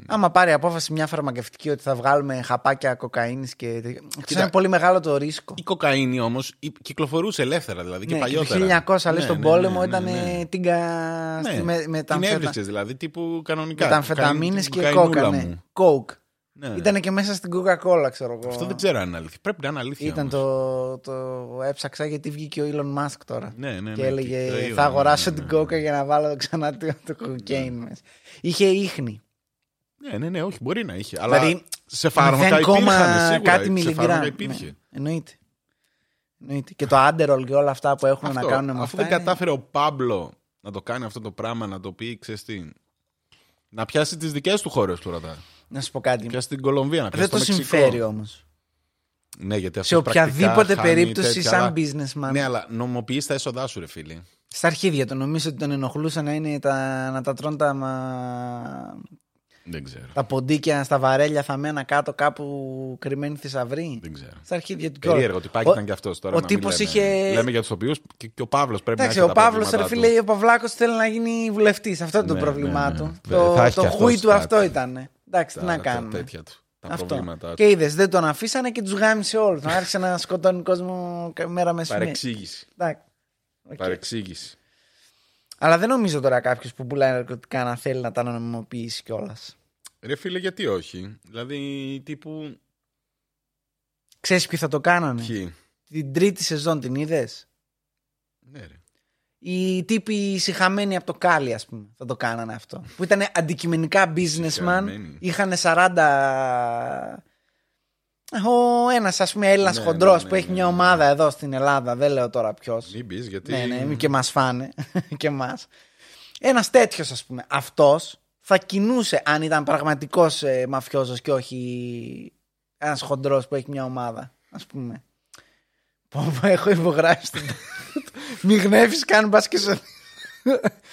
Άμα πάρει απόφαση μια φαρμακευτική ότι θα βγάλουμε χαπάκια κοκαίνης και. τέτοια- Ξέρω, είναι πολύ μεγάλο το ρίσκο.
Η κοκαίνη όμως κυκλοφορούσε ελεύθερα, δηλαδή και
Ναι, και
παλιότερα.
Το 1900 λέει
Ναι,
στον
ναι,
πόλεμο
ναι,
ήταν
ναι, ναι.
ε, τίγκα
Ναι.
στη- με, με τα
Την
αμφετα-
έβρισκες δηλαδή τύπου κανονικά.
με τα
Κοκαίνη-
αμφεταμίνες
την
και
κοκαίνούλα
κόκα.
μου.
Ναι. Coke.
Ναι, ναι.
Ήταν και μέσα στην Coca-Cola, ξέρω εγώ.
Αυτό δεν ξέρω αν είναι αλήθεια. Πρέπει να είναι αλήθεια.
Ήταν
όμως.
το, το έψαξα γιατί βγήκε ο Elon Musk τώρα.
Ναι, ναι, ναι,
και έλεγε
το είδα,
θα
ναι,
αγοράσω
ναι, ναι,
την
ναι.
Coca για να βάλω ξανά το, το cocaine μέσα. Είχε ίχνη.
Ναι, ναι, ναι, όχι, μπορεί να είχε. Αλλά
Δηλαδή,
σε φάρμακα
0,0
υπήρχαν σίγουρα.
κάτι
σε
μιλιγκράμμ.
φάρμακα υπήρχε.
Ναι, εννοείται. εννοείται. Και το Adderall και όλα αυτά ε. που έχουν να
Αυτό,
κάνουν με
αφού
αυτά.
δεν
είναι-
κατάφερε ο Πάμπλο να το κάνει αυτό το πράγμα, να το πει, ξέρεις τι, Να πιάσει τις δικές του χώρες του ραντάρ.
Να σου πω κάτι.
Να πιάσει την Κολομβία, να
Δεν
πιάσει
το
Μεξικό.
συμφέρει όμως.
Ναι, γιατί
Σε
αυτός πρακτικά
οποιαδήποτε
χάνει
περίπτωση,
τέτοια,
σαν
αλλά-
businessman.
Ναι, αλλά νομοποιείς τα έσοδά σου, ρε φίλοι.
Στα αρχίδια του νομίζω ότι τον ενοχλούσε να, είναι τα, να τα τρώνε τα, μα-
Δεν ξέρω.
τα ποντίκια στα βαρέλια θαμμένα κάτω κάπου κρυμμένη θησαυρή.
Δεν ξέρω.
Στα αρχίδια του κιόλα.
Περίεργο τυπάκι
Ο-
ήταν και αυτός τώρα.
ο
να μην
τύπος
λέμε.
είχε-
Λέμε για τους οποίους και, και ο Παύλος πρέπει
Εντάξει,
να
ο
έχει. τα
Παύλος, ρε
προβλήματά του.
φίλε, ο Παυλάκος θέλει να γίνει βουλευτής. Αυτό είναι το
Ναι,
πρόβλημά
ναι, ναι.
του.
Ε, θα
Το,
έχει
το
κι αυτός
χούι του
κάτι.
αυτό ήταν. Εντάξει, τι
Τα-
να
τα
κάνουμε.
τέτοια τους. Τα
Αυτό.
προβλήματά του.
Και είδες, δεν τον αφήσανε και τους γάμισε όλους. Τον άρχισε να σκοτώνει κόσμο κα- μέρα με σημεία.
Παρεξήγηση.
Εντάξει. Οκ.
Παρεξήγηση.
Αλλά δεν νομίζω τώρα κάποιος που πουλάει ναρκωτικά να θέλει να τα νομιμοποιήσει κιόλας.
Ρε φίλε, γιατί όχι. Δηλαδή, τύπου.
Ξέρεις ποιοι θα το κάνανε.
Ποιοι.
Την τρίτη σεζόν την είδες.
Ναι, ρε.
Οι τύποι συχαμένοι από το Κάλι, ας πούμε, θα το κάνανε αυτό. Που ήταν αντικειμενικά businessman.
Συχαμένοι.
Είχαν 40. Ο ένας, ας πούμε, Έλληνας
Ναι,
χοντρός
ναι, ναι,
που έχει
ναι,
μια
ναι, ναι.
ομάδα εδώ στην Ελλάδα, δεν λέω τώρα ποιος.
Μην πεις, γιατί.
Ναι, ναι, και μας φάνε. και εμά. Ένας τέτοιος, ας πούμε, αυτός θα κινούσε αν ήταν πραγματικός ε, μαφιόζος και όχι ένας χοντρός που έχει μια ομάδα, ας πούμε. Πω, πω, έχω υπογράψει την. Μη γνεύεις, καν πα και σε.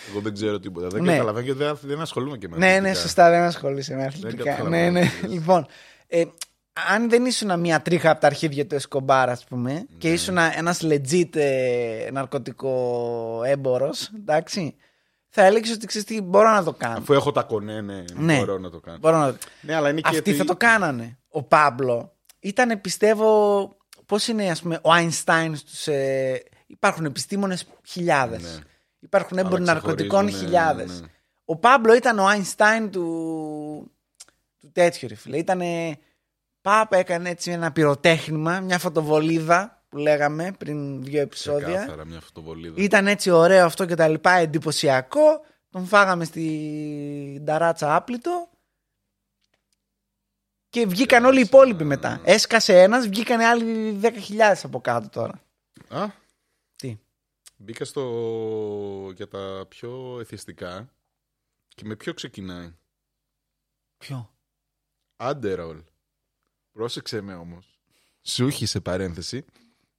Εγώ δεν ξέρω τίποτα. Δεν
Ναι.
καταλαβαίνω και δεν, δεν ασχολούμαι και με
ναι, ναι,
αθλητικά.
σωστά, δεν ασχολείσαι με αθλητικά. Ναι,
καταλαβαίνω
ναι.
τι λες.
Λοιπόν, ε, αν δεν ήσουν μια τρίχα από τα αρχίδια του Εσκομπάρ, ας πούμε, και
Ναι.
ήσουν ένας legit ε, ναρκωτικό έμπορο, εντάξει, θα έλεγες ότι ξέρεις τι, μπορώ να το κάνω.
Αφού έχω τα κονέ, ναι,
Ναι.
μπορώ να το κάνω.
Μπορώ να...
Ναι, αλλά είναι και.
Αυτοί
τι-
θα το κάνανε. Ο Πάμπλο ήταν, πιστεύω, πώς είναι, ας πούμε, ο Άινστάιν στου. Ε, υπάρχουν επιστήμονες χιλιάδες.
Ναι.
Υπάρχουν έμποροι
Αλλά
ναρκωτικών
ξεχωρίζουνε,
χιλιάδες.
ναι.
Ο Πάμπλο ήταν ο Άινστάιν του, του τέτοιου ρε φίλε. Ήτανε, πάπ έκανε έτσι ένα πυροτέχνημα, μια φωτοβολίδα που λέγαμε πριν δύο επεισόδια.
Ξεκάθαρα μια φωτοβολίδα.
Ήταν έτσι ωραίο αυτό και τα λοιπά, εντυπωσιακό. Τον φάγαμε στην ταράτσα άπλητο. Και βγήκαν όλοι οι υπόλοιποι μετά. Έσκασε ένας, βγήκαν άλλοι 10.000 από κάτω τώρα.
Α,
Τι.
μπήκα στο. για τα πιο εθιστικά. Και με ποιο ξεκινάει.
Ποιο.
Άντερολ. Πρόσεξε με όμως. Σου έχει σε παρένθεση.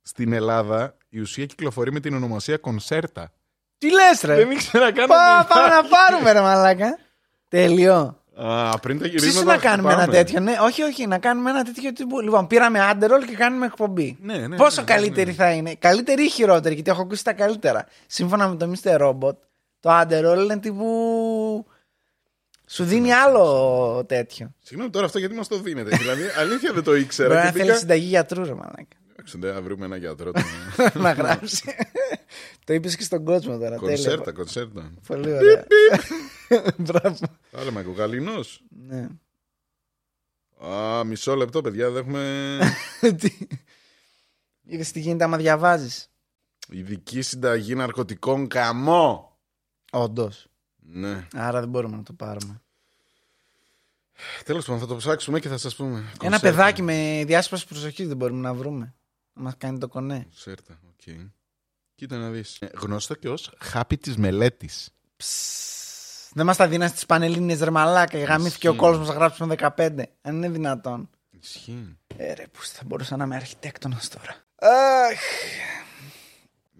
Στην Ελλάδα η ουσία κυκλοφορεί με την ονομασία κονσέρτα.
Τι λες ρε.
Δεν ήξερα καν.
Ε, Πά,
ότι
πάμε να πάρουμε ρε μαλάκα. Τέλειο.
υπάρχει. Α, πριν τα γυρίσματα.
Ψήσου να κάνουμε ένα
χτυπάμε.
τέτοιο. Ναι, όχι, όχι, να κάνουμε ένα τέτοιο. τύπου. Λοιπόν, πήραμε άντερολ και κάνουμε εκπομπή.
Ναι, ναι,
Πόσο
ναι, ναι,
καλύτερη
ναι.
θα είναι. Καλύτερη ή χειρότερη, γιατί έχω ακούσει τα καλύτερα. Σύμφωνα με το Mr. Robot, το Underall είναι τύπου. Σου
Ναι,
δίνει άλλο τέτοιο.
Συγγνώμη τώρα αυτό γιατί μας το δίνετε. δηλαδή, αλήθεια δεν το ήξερα.
Μπορεί να
και
θέλει
μπήκα-
συνταγή γιατρού, ρε μαλάκα.
Εντάξει, ναι, να βρούμε ένα γιατρό. το-
να γράψει. το είπες και στον κόσμο τώρα. Τέλειο.
κονσέρτα, κονσέρτα.
Πολύ ωραία. Μπράβο.
Άρα με κοκαλινό.
Ναι.
Α, μισό λεπτό, παιδιά. Δεν έχουμε
Είδες τι γίνεται άμα διαβάζεις.
ειδική συνταγή ναρκωτικών καμό.
Όντως.
Ναι.
Άρα δεν μπορούμε να το πάρουμε.
Τέλος πάντων, θα το ψάξουμε και θα σας πούμε.
Ένα
Κονσέρτα.
παιδάκι με διάσπαση προσοχή δεν μπορούμε να βρούμε. Να μας κάνει το κονέ.
Σέρτα, οκ. Κοίτα να δεις.
Ε,
γνωστό και ως χάπι της μελέτης.
Ψ. Δεν μας τα δίνα στι πανελίνε ρε μαλάκα. Γαμήθηκε ο
Ισχύει.
κόσμος να γράψουμε 15. Αν είναι δυνατόν.
Ισχύει.
Ε, ρε, που θα μπορούσα να είμαι αρχιτέκτονας τώρα. Αχ,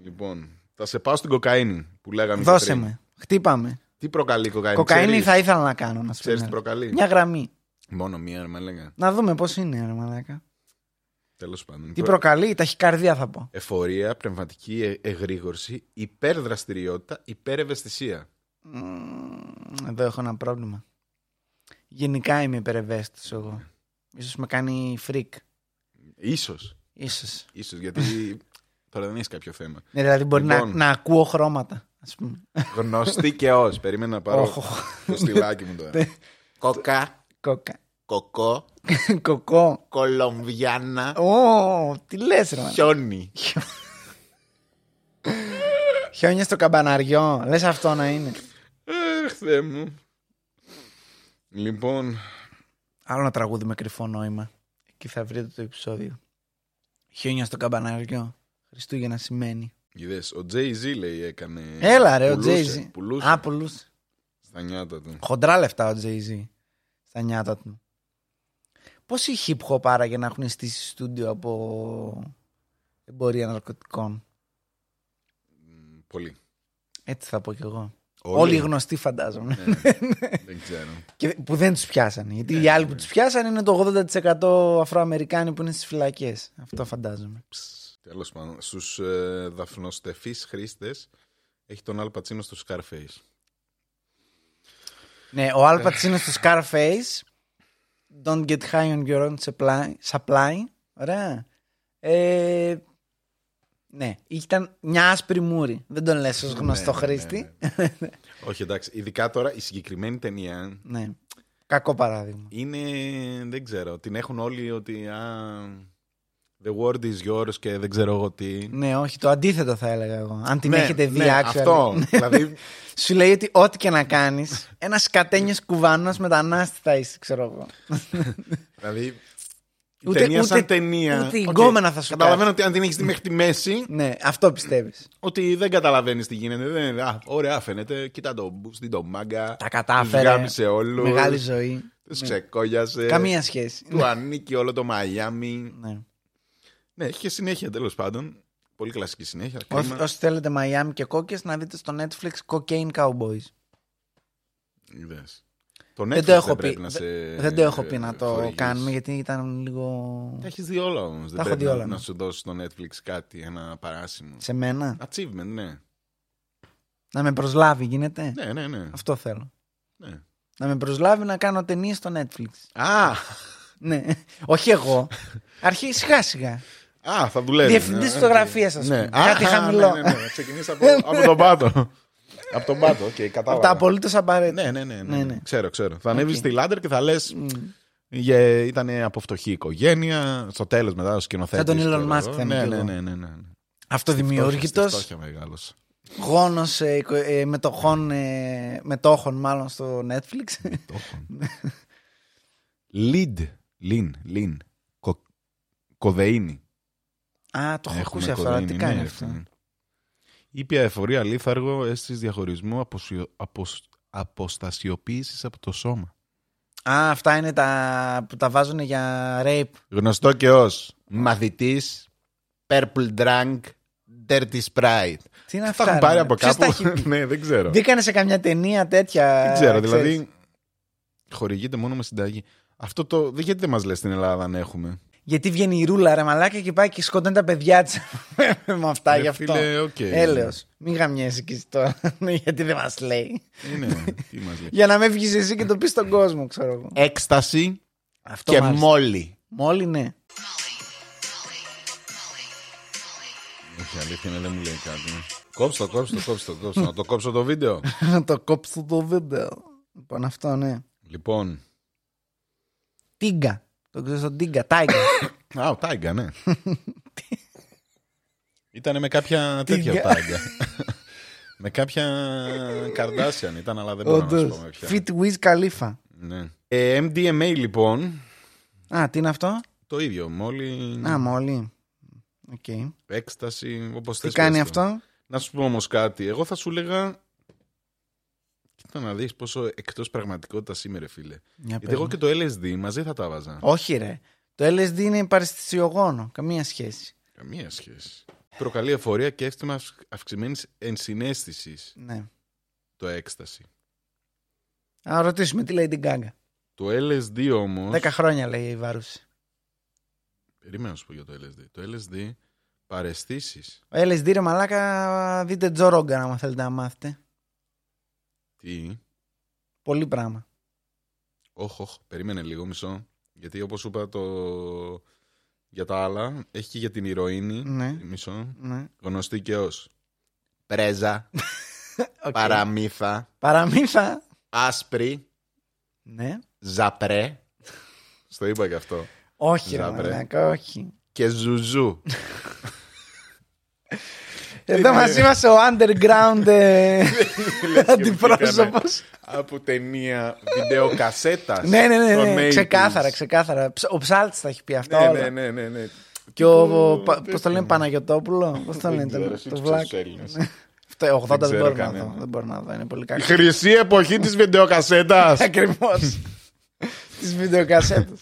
Λοιπόν, θα σε πάω στην κοκαίνη που λέγαμε και
δώσε
πριν.
με. Χτύπαμε.
Τι προκαλεί η κοκαίνη.
Κοκαίνη
ξέρεις?
θα ήθελα να κάνω, να σου
Ξέρεις τι
πω.
προκαλεί.
Μια γραμμή.
Μόνο μία, ρε λέγα.
Να δούμε πώς είναι, ρε μαλάκα.
Τέλος πάντων.
Τι
Προ-
προκαλεί, ταχυκαρδία θα πω.
Εφορία, πνευματική ε- εγρήγορση, υπερδραστηριότητα, υπερευαισθησία.
Μμμ, Εδώ έχω ένα πρόβλημα. Γενικά είμαι υπερευαίσθητος εγώ. Ίσως με κάνει freak.
Ίσως.
Ίσως.
Ίσως, γιατί τώρα δεν έχεις κάποιο θέμα.
Ναι, δηλαδή μπορεί να,
Λοιπόν.
να ακούω χρώματα, ας πούμε.
Γνωστή και ως. Περίμενα να πάρω
Όχο.
το στυλάκι μου τώρα. Κοκά,
Κόκα.
κοκό,
Κοκό.
κολομβιάνα,
Ω, τι λες ρε. μάνα.
χιόνι.
Χιόνια στο καμπαναριό. Λες αυτό να είναι.
Αχ, Θεέ μου. Λοιπόν,
Άλλο ένα τραγούδι με κρυφό νόημα. Εκεί θα βρείτε το επεισόδιο. Χιόνια στο καμπαναριό. Χριστούγεννα σημαίνει.
είδες, ο Jay-Z λέει έκανε...
Έλα ρε, ο
Ε, πουλούσε,
Jay-Z.
Πουλούσε.
Α, πουλούσε.
Στα Στα νιάτα του.
Χοντρά λεφτά ο Jay-Z στα νιάτα του. Πώς οι hip hop άραγε να έχουν στήσει στούντιο από εμπορία ναρκωτικών.
Μ, Πολύ.
Έτσι θα πω κι εγώ. Όλοι οι γνωστοί φαντάζομαι.
Ναι. Δεν ξέρω.
Και που δεν τους πιάσανε. Γιατί οι
ναι,
άλλοι που τους πιάσανε είναι το 80% Αφροαμερικάνοι που είναι στις φυλακές. Αυτό φαντάζομαι.
Τέλος πάντων, στους ε, δαφνοστεφείς χρήστες έχει τον Αλ Πατσίνο στο Scarface.
Ναι, ο Al Pacino στο Scarface. Don't get high on your own supply. supply. Ωραία. Ε, ναι, ήταν μια άσπρη μούρη. Δεν τον λες ως γνωστό
Ναι, ναι,
χρήστη.
ναι, ναι. Όχι, εντάξει. Ειδικά τώρα η συγκεκριμένη ταινία
Ναι. Κακό παράδειγμα.
είναι. Δεν ξέρω. Την έχουν όλοι ότι. Α, the world is yours και δεν ξέρω εγώ τι.
Ναι, όχι, το αντίθετο θα έλεγα εγώ. Αν την
Ναι,
έχετε δει
ναι,
actual.
Αυτό. δηλαδή.
Σου λέει ότι ό,τι και να κάνεις, ένας κατένιος κουβάνο μετανάστης θα είσαι, ξέρω εγώ.
δηλαδή η
Ούτε-
ταινία σαν
ούτε-
ταινία.
ούτε η
Οκ,
γκόμενα θα σου
Καταλαβαίνω ότι αν την έχεις δει μέχρι τη μέση,
ναι, αυτό πιστεύεις.
ότι δεν καταλαβαίνεις τι γίνεται. Δεν, α, ωραία, φαίνεται. Κοίτα το μπουστι, το μάγκα.
Τα κατάφερε.
Τους γάμισε όλους.
Μεγάλη ζωή.
Τους
Ναι.
ξεκόλιασε.
Καμία Ναι. σχέση.
Του ανήκει όλο το Μαϊάμι.
Ναι.
Ναι, έχει και συνέχεια τέλος πάντων. Πολύ κλασική συνέχεια.
Όσοι,
Κρίμα.
όσοι θέλετε Miami και κόκκες να δείτε στο Netflix Cocaine Cowboys.
Είδες. Το Netflix
Δεν το έχω
πρέπει
πει.
να
Δε-
σε-
δεν το έχω πει να το
χορηγείς.
κάνουμε γιατί ήταν λίγο.
Τα έχεις δει όλα όμως. Δεν
έχω
πρέπει
δει
να,
όλα,
να
ναι.
σου δώσεις στο Netflix κάτι, ένα παράσημο.
σε μένα.
Achievement, ναι.
Να με προσλάβει, γίνεται.
Ναι, ναι, ναι.
Αυτό θέλω.
ναι.
Να με προσλάβει να κάνω ταινίες στο Netflix.
Α,
Ναι. Όχι εγώ. Αρχίζει σιγά σιγά.
α, θα δουλεύει.
Διευθυντής
Ναι,
της
οκ.
φωτογραφίας, ας πούμε. Κάτι
α,
χαμηλό.
Ναι, ναι, ναι. Ξεκινήσα από, από τον πάτο. από τον πάτο, οκ, κατάλαβα.
Από τα απολύτως απαραίτητα.
Ναι, ναι, ναι, ναι.
Ναι, ναι.
Ξέρω, ξέρω. Θα ανέβει
Οκ.
στη Λάντερ και θα λες. Ήταν από φτωχή οικογένεια. Στο τέλος μετά ο σκηνοθέτης.
Σαν τον Elon Musk θα είμαι
ναι,
κι
ναι,
εγώ.
ναι, ναι, ναι.
Αυτοδημιούργητο.
Φτώχεια μεγάλος.
Γόνος ε, οικο- ε, μετοχών, ε, μετόχων μάλλον στο Netflix.
Λιντ. Λιν. Λιν. Κο- Κοδεΐνη.
Α, το έχω
Έχουμε
ακούσει αυτό. αλλά Τι
κοδεΐνη,
κάνει
ναι,
αυτό.
ρε, Ήπια εφορία, λίθαργο, αίσθησης διαχωρισμού, αποσιο- αποσ- αποστασιοποίησης από το σώμα.
Α, αυτά είναι τα που τα βάζουν για rape.
Γνωστό και ως μαθητής, purple drunk, dirty sprite.
Τι είναι
Θα
αυτά.
έχουν
ρε,
πάρει
ναι.
από
Ποιος τα
κάπου.
έχει πει?
ναι, δεν ξέρω.
Δίκανε σε καμιά ταινία τέτοια.
Δεν ξέρω,
Ε, ξέρεις.
δηλαδή. Χορηγείται μόνο με συνταγή. Αυτό το. δε- Γιατί δεν μας λες στην Ελλάδα αν έχουμε.
Γιατί βγαίνει η ρούλα ρε μαλάκα και πάει και σκοτώνει τα παιδιά της με αυτά
Ρε
γι' αυτό.
φίλε, οκ.
Έλεος. Μην γαμιέσαι και εσύ τώρα. Ναι, Γιατί δεν μας λέει.
Είναι. Τι μας λέει.
Για να με βγεις εσύ και το πεις στον κόσμο, ξέρω εγώ.
Έκσταση
Αυτό
και
μάλιστα.
μόλι.
Μόλι ναι.
Όχι, αλήθεια είναι, δεν μου λέει κάτι. ναι. Κόψτε το, κόψτε το, κόψτε το. κόψτε το. Να το κόψω το βίντεο.
Να το κόψω το βίντεο. Λοιπόν, αυτό ναι.
λοιπόν.
Τίγκα. Το ξέρεις τον Τίγκα. Τάγκα.
Α, ο Τάγκα, ναι. Ήτανε με κάποια τέτοια
Τίγκα.
Τάγκα. με κάποια καρδάσιαν ήταν, αλλά δεν μπορώ να σου πω με
Όντω.
ποια.
Fit with Khalifa.
Ναι. Ε, MDMA λοιπόν,
Α, τι είναι αυτό.
το ίδιο, μόλι...
Α, μόλι. Οκ. Τι
έκσταση, όπως θες.
κάνει αυτό.
Να σου πω όμως κάτι. Εγώ θα σου λέγα. Κοίτα να δεις πόσο εκτός πραγματικότητας είμαι, ρε φίλε.
Για
Γιατί εγώ και το LSD μαζί θα τα βάζα.
Όχι, ρε. Το LSD είναι παρεστησιογόνο. Καμία σχέση.
Καμία σχέση. Προκαλεί εφορία και αίσθημα αυξημένης ενσυναίσθησης
Ναι.
το έκσταση.
Α, ρωτήσουμε τι λέει την Gaga.
Το LSD όμως.
Δέκα χρόνια λέει η Βαρούση.
Περίμενα να σου πω για το LSD. Το LSD παρεστήσεις.
Ο LSD ρε μαλάκα, δείτε Τζο Ρόγκα άμα θέλετε να μάθετε.
Τι.
Πολύ πράγμα.
Όχι, όχι. Περίμενε λίγο μισό. Γιατί όπως σου είπα το. Για τα άλλα, έχει και για την ηρωίνη.
Ναι.
Μισό.
Ναι.
Γνωστή και ως πρέζα,
Οκ.
παραμύθα,
Παραμύθα.
άσπρη,
Ναι.
ζαπρέ. Στο είπα και αυτό.
Όχι, ρε,
Ζάμπρε.
μαλάκα, όχι.
Και ζουζού.
Εδώ μαζί μας ο underground ε, αντιπρόσωπος.
Από ταινία βιντεοκασέτας.
Ναι, ναι, ναι, ναι. ξεκάθαρα, ξεκάθαρα. Ψ- Ο Ψάλτης τα έχει πει αυτά όλα.
Ναι, ναι, ναι, ναι.
Και ο, ο, Πα- πώς το λένε, Παναγιωτόπουλο, πώς το λένε,
ξέρω,
το,
εσύ
το
τους
Βλάκ.
ξέρεις Έλληνες.
Αυτό 80 δεν,
ξέρω
μπορώ να
κανένα.
δω. Δεν μπορώ να δω. Είναι πολύ
Η
κακό.
χρυσή εποχή της βιντεοκασέτας.
Ακριβώς. Της βιντεοκασέτας.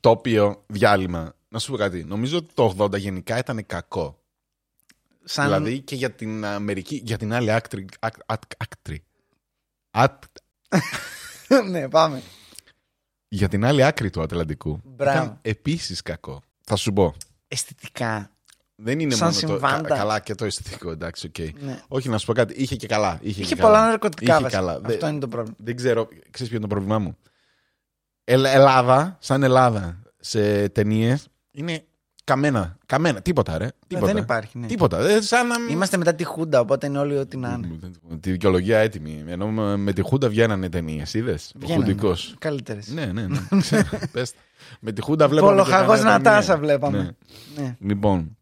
Τόπιο διάλειμμα. Να σου πω κάτι. Νομίζω ότι το 80 γενικά ήταν κακό.
Σαν...
Δηλαδή και για την Αμερική, για την άλλη άκτρη. άκ- άκ- Άκτρη. Άτ-
ναι, πάμε.
Για την άλλη άκρη του Ατλαντικού.
Μπράβο.
Ήταν επίσης κακό. Θα σου πω.
Αισθητικά.
Δεν είναι
Σαν
μόνο το.
συμβάντα.
κα- καλά και το αισθητικό, εντάξει, οκ.
Ναι.
Όχι, να σου πω κάτι. Είχε και καλά. Είχε,
Είχε
και καλά.
πολλά ναρκωτικά
Είχε
βασικά.
καλά.
Αυτό
Δεν-
είναι το πρόβλημα. Ναι,
Δεν ξέρω, ξέρεις ποιο είναι το πρόβλημά μου. Ε, Ελλάδα, σαν Ελλάδα, σε ταινίες είναι καμένα. Καμένα. Τίποτα, ρε.
Ναι,
Τίποτα.
Δεν υπάρχει. Ναι.
Τίποτα. Ε, σαν να μην-
Είμαστε μετά τη Χούντα, οπότε είναι όλοι ό,τι να είναι.
Τη δικαιολογία έτοιμη. Ενώ με με τη Χούντα βγαίνανε ταινίες, είδες. Ο
Βγαίνανε.
Χουντικό.
Καλύτερες.
Ναι, ναι, ναι. ξέρω, πες τα. Με τη Χούντα βλέπαμε. και
Πολοχαγό
κανένα
Νατάσα
ταινία.
βλέπαμε.
Ναι.
Ναι.
Λοιπόν,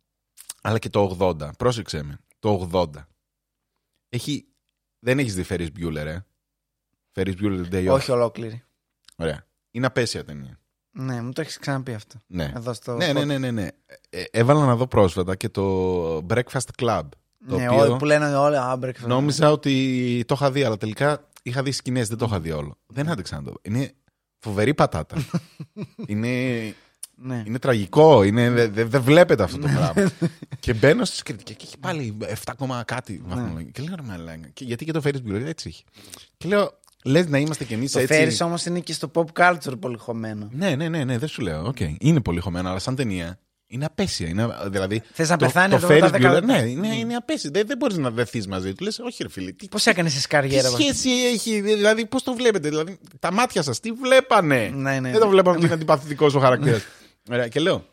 αλλά και το 80. Πρόσεξε με. Το 80. Έχει... Δεν έχεις δει Ferris Bueller, ε. Ferris Bueller Day Off.
Όχι ολόκληρη.
Ωραία. Είναι απέσια ταινία.
Ναι, μου το έχεις ξαναπεί αυτό.
Ναι.
Εδώ στο.
Ναι, ναι, ναι, ναι, ναι. Ε, έβαλα να δω πρόσφατα και το Breakfast Club. Το
Ναι,
οποίο
ό, που λένε όλοι άμπρεξ.
νόμιζα ότι το είχα δει, αλλά τελικά είχα δει σκηνές, δεν το είχα δει όλο. Δεν άντεξα να το δω. Είναι φοβερή πατάτα. είναι
Ναι.
Είναι τραγικό. Είναι, δεν δε, δεν βλέπετε αυτό το πράγμα. και μπαίνω στις κριτικές και έχει πάλι 7, κάτι
Ναι.
βαθμολογία. Και λέω ρε μαλάκα. Και, γιατί και το Ferris Bueller έτσι έχει. Και λέω, λες να είμαστε κι εμείς
Το
έτσι.
Ferris όμως είναι και στο pop culture πολύ χωμένο.
Ναι, ναι, ναι, ναι, δεν σου λέω. Οκ. Είναι πολύ χωμένο, αλλά σαν ταινία είναι απέσια. Είναι, δηλαδή,
Θες να πεθάνει
το
εδώ μετά
Ferris
δέκα
Bueller,
λεπτά.
Ναι, είναι, είναι απέσια. Δεν, δεν μπορείς να δεθεί μαζί του. Λες, όχι, ρε φίλε, τι,
Πώς έκανες εσύ
τι
καριέρα, βασικά.
σχέση έχει, δηλαδή πώς το βλέπετε. Δηλαδή, τα μάτια σας τι βλέπανε.
Ναι, ναι.
Δεν το βλέπανε ότι είναι αντιπαθητικό ο χαρακτήρα. Ναι. Ωραία, και λέω,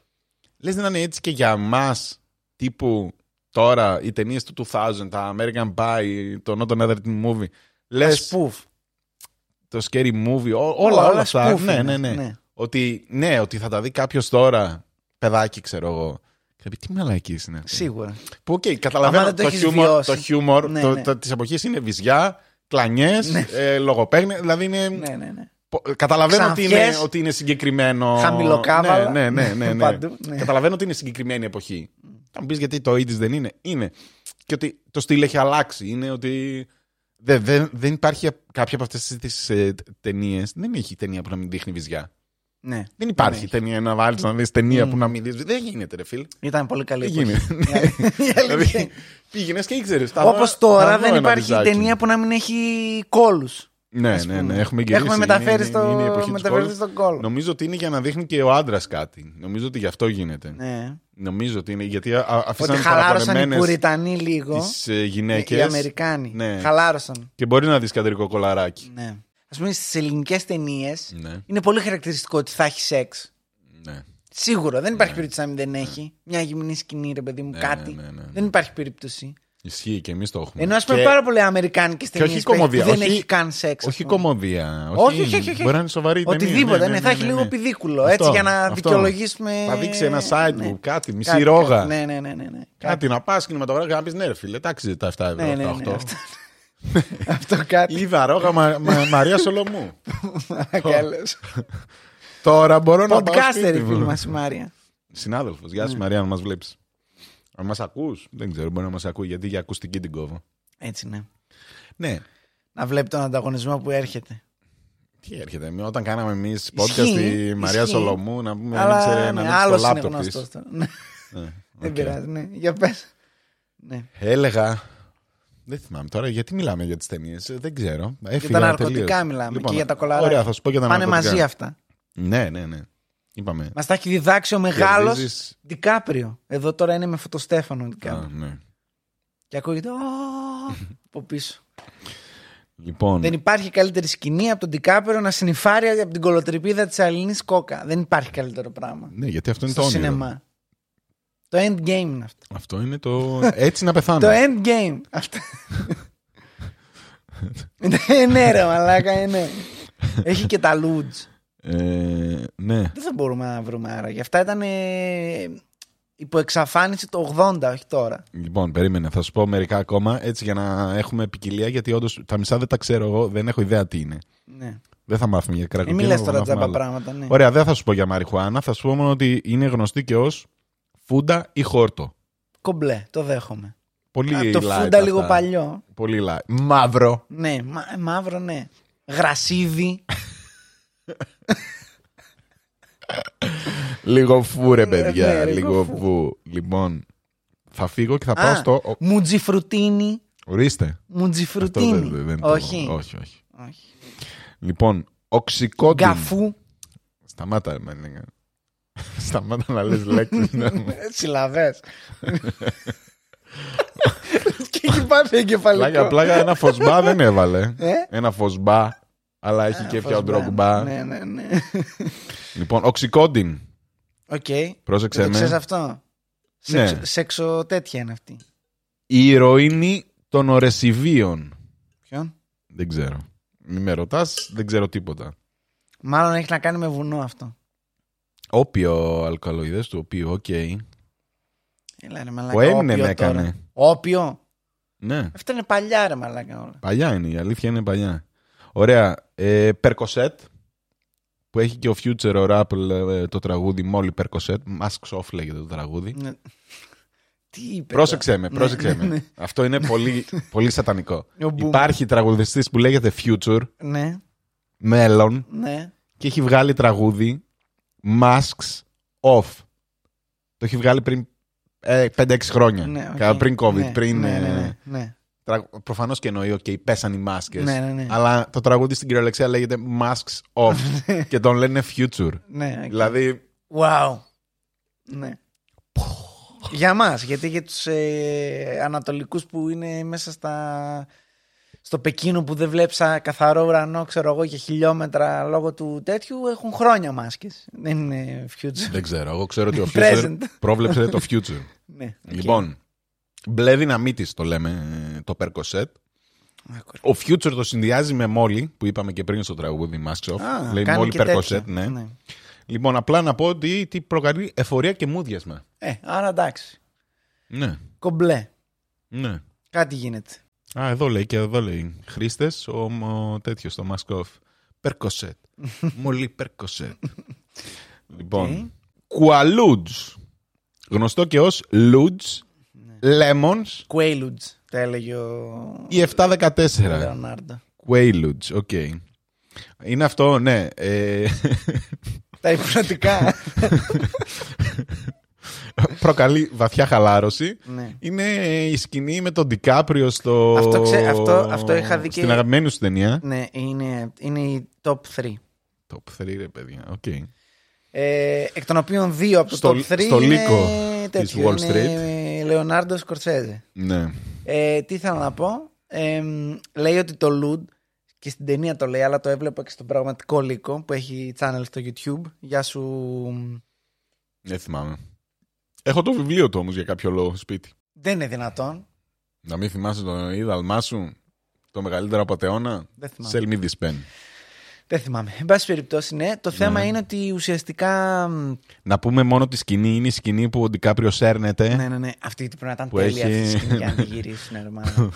λες να είναι έτσι και για μας τύπου τώρα οι ταινίες του 2000, τα American Pie, το Not Another Teen Movie. Λε
Σπούφ.
το Scary Movie, ό- όλα, όλα αυτά.
σπούφ
Ναι,
είναι.
ναι, ναι. Ότι, ναι, ότι θα τα δει κάποιος τώρα, παιδάκι, ξέρω εγώ. Και θα πει, τι μαλακής είναι αυτή.
Σίγουρα.
Που οκ, καταλαβαίνω
Άμα δεν το
το,
έχεις
χιούμορ,
βιώσει.
το χιούμορ
Ναι,
το,
ναι.
το- της εποχής είναι βυζιά, κλανιές, ε, λογοπαίγνια, δηλαδή είναι...
Ναι, ναι, ναι.
πο- Καταλαβαίνω ότι είναι,
Ξανθιές.
ότι είναι συγκεκριμένο.
Χαμηλοκάβαλα.
Ναι, ναι, ναι. ναι, ναι.
Παντού, ναι. Mm.
Καταλαβαίνω ότι είναι συγκεκριμένη εποχή. Θα μου πεις γιατί το ίδιο δεν είναι. Είναι. Και ότι το στυλ έχει αλλάξει. Είναι ότι. Δεν, δεν, δεν υπάρχει κάποια από αυτές τις ε, ταινίες. Δεν έχει ταινία που να μην δείχνει βυζιά.
ναι.
Δεν υπάρχει
έχει. Mm.
ταινία να βάλεις να δεις ταινία που να μην δεις. Δεν γίνεται, ρε φίλε.
Ήταν πολύ καλή.
Δεν
εποχή. Ναι.
γίνεται.
Η αλήθεια- η αλήθεια
Δηλαδή,
είναι.
πήγαινες και ήξερες.
Όπως τώρα δεν υπάρχει ταινία που να μην έχει κόλους.
Ναι, ναι, ναι. Έχουμε, γυρίσει,
Έχουμε
είναι-
μεταφέρει
είναι- είναι η εποχή
στο-
του
μεταφερθεί
κόλου.
στον κόλο.
Νομίζω ότι είναι για να δείχνει και ο άντρας κάτι. Νομίζω ότι γι' αυτό γίνεται.
Ναι.
Νομίζω ότι είναι. Γιατί α- α-
Ότι
αφήσαν
χαλάρωσαν οι
παραπονεμένε
Πουριτανοί λίγο.
τις γυναίκε.
Οι Αμερικάνοι.
ε, Ναι.
Χαλάρωσαν.
Και μπορεί να δεις κεντρικό κολαράκι.
Ναι. Ας πούμε στις ελληνικές ταινίες
Ναι,
είναι πολύ χαρακτηριστικό ότι θα έχει σεξ.
ναι.
Σίγουρα δεν υπάρχει περίπτωση να μην δεν έχει. Μια γυμνή σκηνή, ρε παιδί μου,
Ναι,
κάτι.
ναι, ναι, ναι.
Δεν υπάρχει περίπτωση.
Ισχύει και εμείς το έχουμε.
Ενώ ας πούμε
Και
πάρα πολλέ αμερικάνικε ταινίε
όχι κομμωδία,
δεν
όχι-
έχει καν σεξ. ας
Όχι
πούμε.
κομμωδία.
Όχι, όχι, όχι, όχι.
Μπορεί να είναι σοβαρή ταινία.
Οτιδήποτε,
Ναι,
ναι,
ναι,
θα έχει
ναι, ναι.
λίγο πηδίκουλο.
Αυτό,
Έτσι για να
αυτό.
δικαιολογήσουμε.
Θα δείξει ένα side
Ναι.
μου, κάτι, μισή
Κάτι,
ρόγα.
κάτι. Ναι, ναι, ναι. ναι, ναι.
Κάτι να πας κινηματογράφο και να πεις ναι, ρε φίλε, τάξιζε τα 7 ευρώ.
Ναι, ναι,
τα
ναι,
8.
αυτό. Αυτό κάτι.
Είδα ρόγα μα, μα- Μαρία Σολομού.
Καλώς.
Τώρα μπορώ να πάω.
Podcaster
σπίτι
η
μου.
φίλη Ναι. μας η Μάρια.
Συνάδελφος, γεια σου Μαρία, αν μας βλέπεις. Αν μας ακούς, δεν ξέρω, μπορεί να μας ακούει γιατί για ακουστική την κόβω.
Έτσι, ναι.
Ναι.
Να βλέπει τον ανταγωνισμό που έρχεται.
Τι έρχεται, εμείς- όταν κάναμε εμείς podcast
Ισχύει,
στη Μαρία
ισχύει.
Σολομού, να πούμε,
Αλλά
δεν ξέρει
ναι,
να ανοίξει το
άλλος είναι
λάπτοπ τη.
γνωστός τώρα. Ναι, Δεν
οκ.
πειράζει, ναι. Για πες. Ναι.
Έλεγα. Δεν θυμάμαι τώρα γιατί μιλάμε για τις ταινίες. Δεν ξέρω.
Για
Έφυγα
τα ναρκωτικά
τελείως.
μιλάμε
Λοιπόν,
και για τα κολαράκια.
Ωραία, θα σου πω για τα
Πάνε
ναρκωτικά.
μαζί αυτά.
Ναι, ναι, ναι. Είπαμε.
Μας τα έχει διδάξει ο μεγάλο
Κερδίζεις-
Δικάπριο. Εδώ τώρα είναι με φωτοστέφανο ο Δικάπριο.
Α, ναι.
Και ακούγεται. «Ω» από πίσω.
Λοιπόν,
Δεν υπάρχει καλύτερη σκηνή από τον Δικάπριο να συνυφάρει από την κολοτριπίδα της Αλληνής Κόκα. Δεν υπάρχει καλύτερο πράγμα.
ναι, γιατί αυτό είναι
Στο
το όνειρο.
σινεμά. Το endgame είναι αυτό.
Αυτό είναι το. Έτσι να
Το
πεθάνω.
endgame. Αυτό. Ε, ναι, ρε, μαλάκα, ε, ναι. Έχει και τα λουτζ.
ε, ναι.
Δεν θα μπορούμε να βρούμε άρα. Γι' αυτά ήταν ε, υπό εξαφάνιση το 80, όχι τώρα.
Λοιπόν, περίμενε, θα σου πω μερικά ακόμα έτσι για να έχουμε ποικιλία. Γιατί όντως τα μισά δεν τα ξέρω εγώ, δεν έχω ιδέα τι είναι.
Ναι.
Δεν θα μάθουμε για κρακοκίνο.
Ε, Μην μιλά
θα
τώρα
μάθουμε
τζάμπα
άλλα.
πράγματα. Ναι.
Ωραία, δεν θα σου πω για μαριχουάνα, θα σου πω μόνο ότι είναι γνωστή και ως φούντα ή χόρτο.
Κομπλέ, το δέχομαι.
Πολύ
Α,
light.
το φούντα
αυτά.
λίγο παλιό.
Πολύ light. Μαύρο.
Ναι, μα- μαύρο, ναι. Γρασίδι.
Λίγο φου, ρε
ναι,
παιδιά.
λίγο
Λίγο
φου.
φου. Λοιπόν, θα φύγω και θα πάω
Α,
στο. ο-
Μουτζιφρουτίνι.
Ορίστε. Αυτό
Μουτζιφρουτίνι.
δεν- δεν- δεν το-
όχι.
όχι, όχι.
όχι.
Λοιπόν, οξυκόντιν.
Γκαφού.
Σταμάτα, ρε μαλάκα. Σταμάτα να λες λέξεις. ναι.
Ε, Συλλαβές. και εκεί πάθει εγκεφαλικό.
Πλάκα, πλάκα, ένα φωσμπά δεν έβαλε.
Ε?
Ένα φωσμπά, αλλά έχει και πια ο
Φωσμπάν.
ντρογκμπά.
Ναι, ναι, ναι.
Λοιπόν, οξυκόντιν.
Οκ.
Πρόσεξε
Το ξέρει
με.
αυτό.
Ναι.
Σεξο, σεξο τέτοια είναι αυτή.
Η ηρωίνη των ορεσιβίων.
Ποιον?
Δεν ξέρω. Μη με ρωτάς, δεν ξέρω τίποτα.
Μάλλον έχει να κάνει με βουνό αυτό.
Όπιο αλκαλοειδές του οποίου, οκ.
Έλα, ρε, μαλάκα,
Ο Έμινεμ
όπιο τώρα.
έκανε.
Όπιο.
Ναι,
Αυτό είναι παλιά ρε μαλάκα όλα.
παλιά είναι, η αλήθεια είναι παλιά. Ωραία. Ε, Περκοσέτ, που έχει και ο Future ο Rap ε, το τραγούδι Μόλι Περκοσέτ. Masks Off λέγεται το τραγούδι.
Ναι. Τι είπε.
Πρόσεξε με,
τώρα.
πρόσεξε
ναι,
με. Αυτό είναι πολύ, πολύ σατανικό.
Ο Boom.
Υπάρχει τραγουδιστής που λέγεται Future,
Ναι,
μέλλον,
ναι.
και έχει βγάλει τραγούδι Masks Off. Το έχει βγάλει πριν ε, 5-6 χρόνια.
ναι οκ.
Κα- Πριν COVID.
Ναι,
πριν,
Ναι,
ε,
ναι, ναι, ναι.
Τρα... Προφανώς και εννοεί, OK, πέσαν οι μάσκες.
Ναι, ναι, ναι.
Αλλά το τραγούδι στην κυριολεξία λέγεται Masks Off και τον λένε Future.
ναι. οκ.
δηλαδή,
Wow. Ναι. για μας, γιατί για τους ε, ανατολικούς που είναι μέσα στα, στο Πεκίνο που δεν βλέψα καθαρό ουρανό, ξέρω εγώ, και χιλιόμετρα λόγω του τέτοιου, έχουν χρόνια μάσκες. Δεν είναι future.
δεν ξέρω. Εγώ ξέρω ότι ο Future
Present.
πρόβλεψε το Future.
ναι. οκ.
Λοιπόν, μπλε δυναμίτη το λέμε ε, το Percocet.
Άκουρα.
Ο Future το συνδυάζει με Molly που είπαμε και πριν στο τραγούδι Masks Off.
Α,
Λέει
κάνει
Molly
και
Percocet,
τέτοια.
ναι. Λοιπόν, απλά να πω ότι τι προκαλεί εφορία και μούδιασμα.
Ε, άρα εντάξει.
Ναι,
Κομπλέ.
ναι.
Κάτι γίνεται.
Α, εδώ λέει και εδώ λέει. Χρήστες, ο, ο τέτοιος, το Mask Off. Percocet. Μολύ Percocet. λοιπόν. Κουαλούτζ. Γνωστό και ως Λούτζ.
Ναι.
Lemons
Quaaludes, τα έλεγε ο
ή
Ναι.
714.
Λεωνάρντο.
Quaaludes, οκ. Είναι αυτό, ναι. ε,
Τα υπηρετικά.
προκαλεί βαθιά χαλάρωση.
ναι.
Είναι ε, η σκηνή με τον Ντικάπριο στο...
Αυτό ξέ- αυτό- αυτό είχα δει και-
Στην αγαπημένη σου ταινία.
ναι, είναι, είναι οι top 3.
Το πθρή, ρε παιδιά. Οκ.
Ε, εκ των οποίων δύο από το
Στο-
top 3
στο
είναι
λύκο
τέτοιο,
της Wall
Είναι Λεωνάρντο Σκορσέζε.
Ναι.
Ε, τι θέλω να πω. Ε, μ, λέει ότι το Λουντ και στην ταινία το λέει, αλλά το έβλεπα και στον πραγματικό λύκο που έχει channel στο YouTube. Γεια σου.
Δεν θυμάμαι. Έχω το βιβλίο του όμως για κάποιο λόγο σπίτι.
Δεν είναι δυνατόν.
Να μην θυμάσαι τον είδαλμά σου, το μεγαλύτερο από αιώνα.
Δεν θυμάμαι.
Sell me this pen.
Δεν θυμάμαι. Εν πάση περιπτώσει, ναι. Το θέμα είναι ότι ουσιαστικά. μ,
Να πούμε μόνο τη σκηνή. Είναι η σκηνή που ο Ντικάπριο σέρνεται.
Ναι, ναι, ναι. Αυτή πρέπει να ήταν
Ε. Που
τέλεια
έχει-
αυτή η σκηνή για να τη γυρίσουν, ρε μάνα.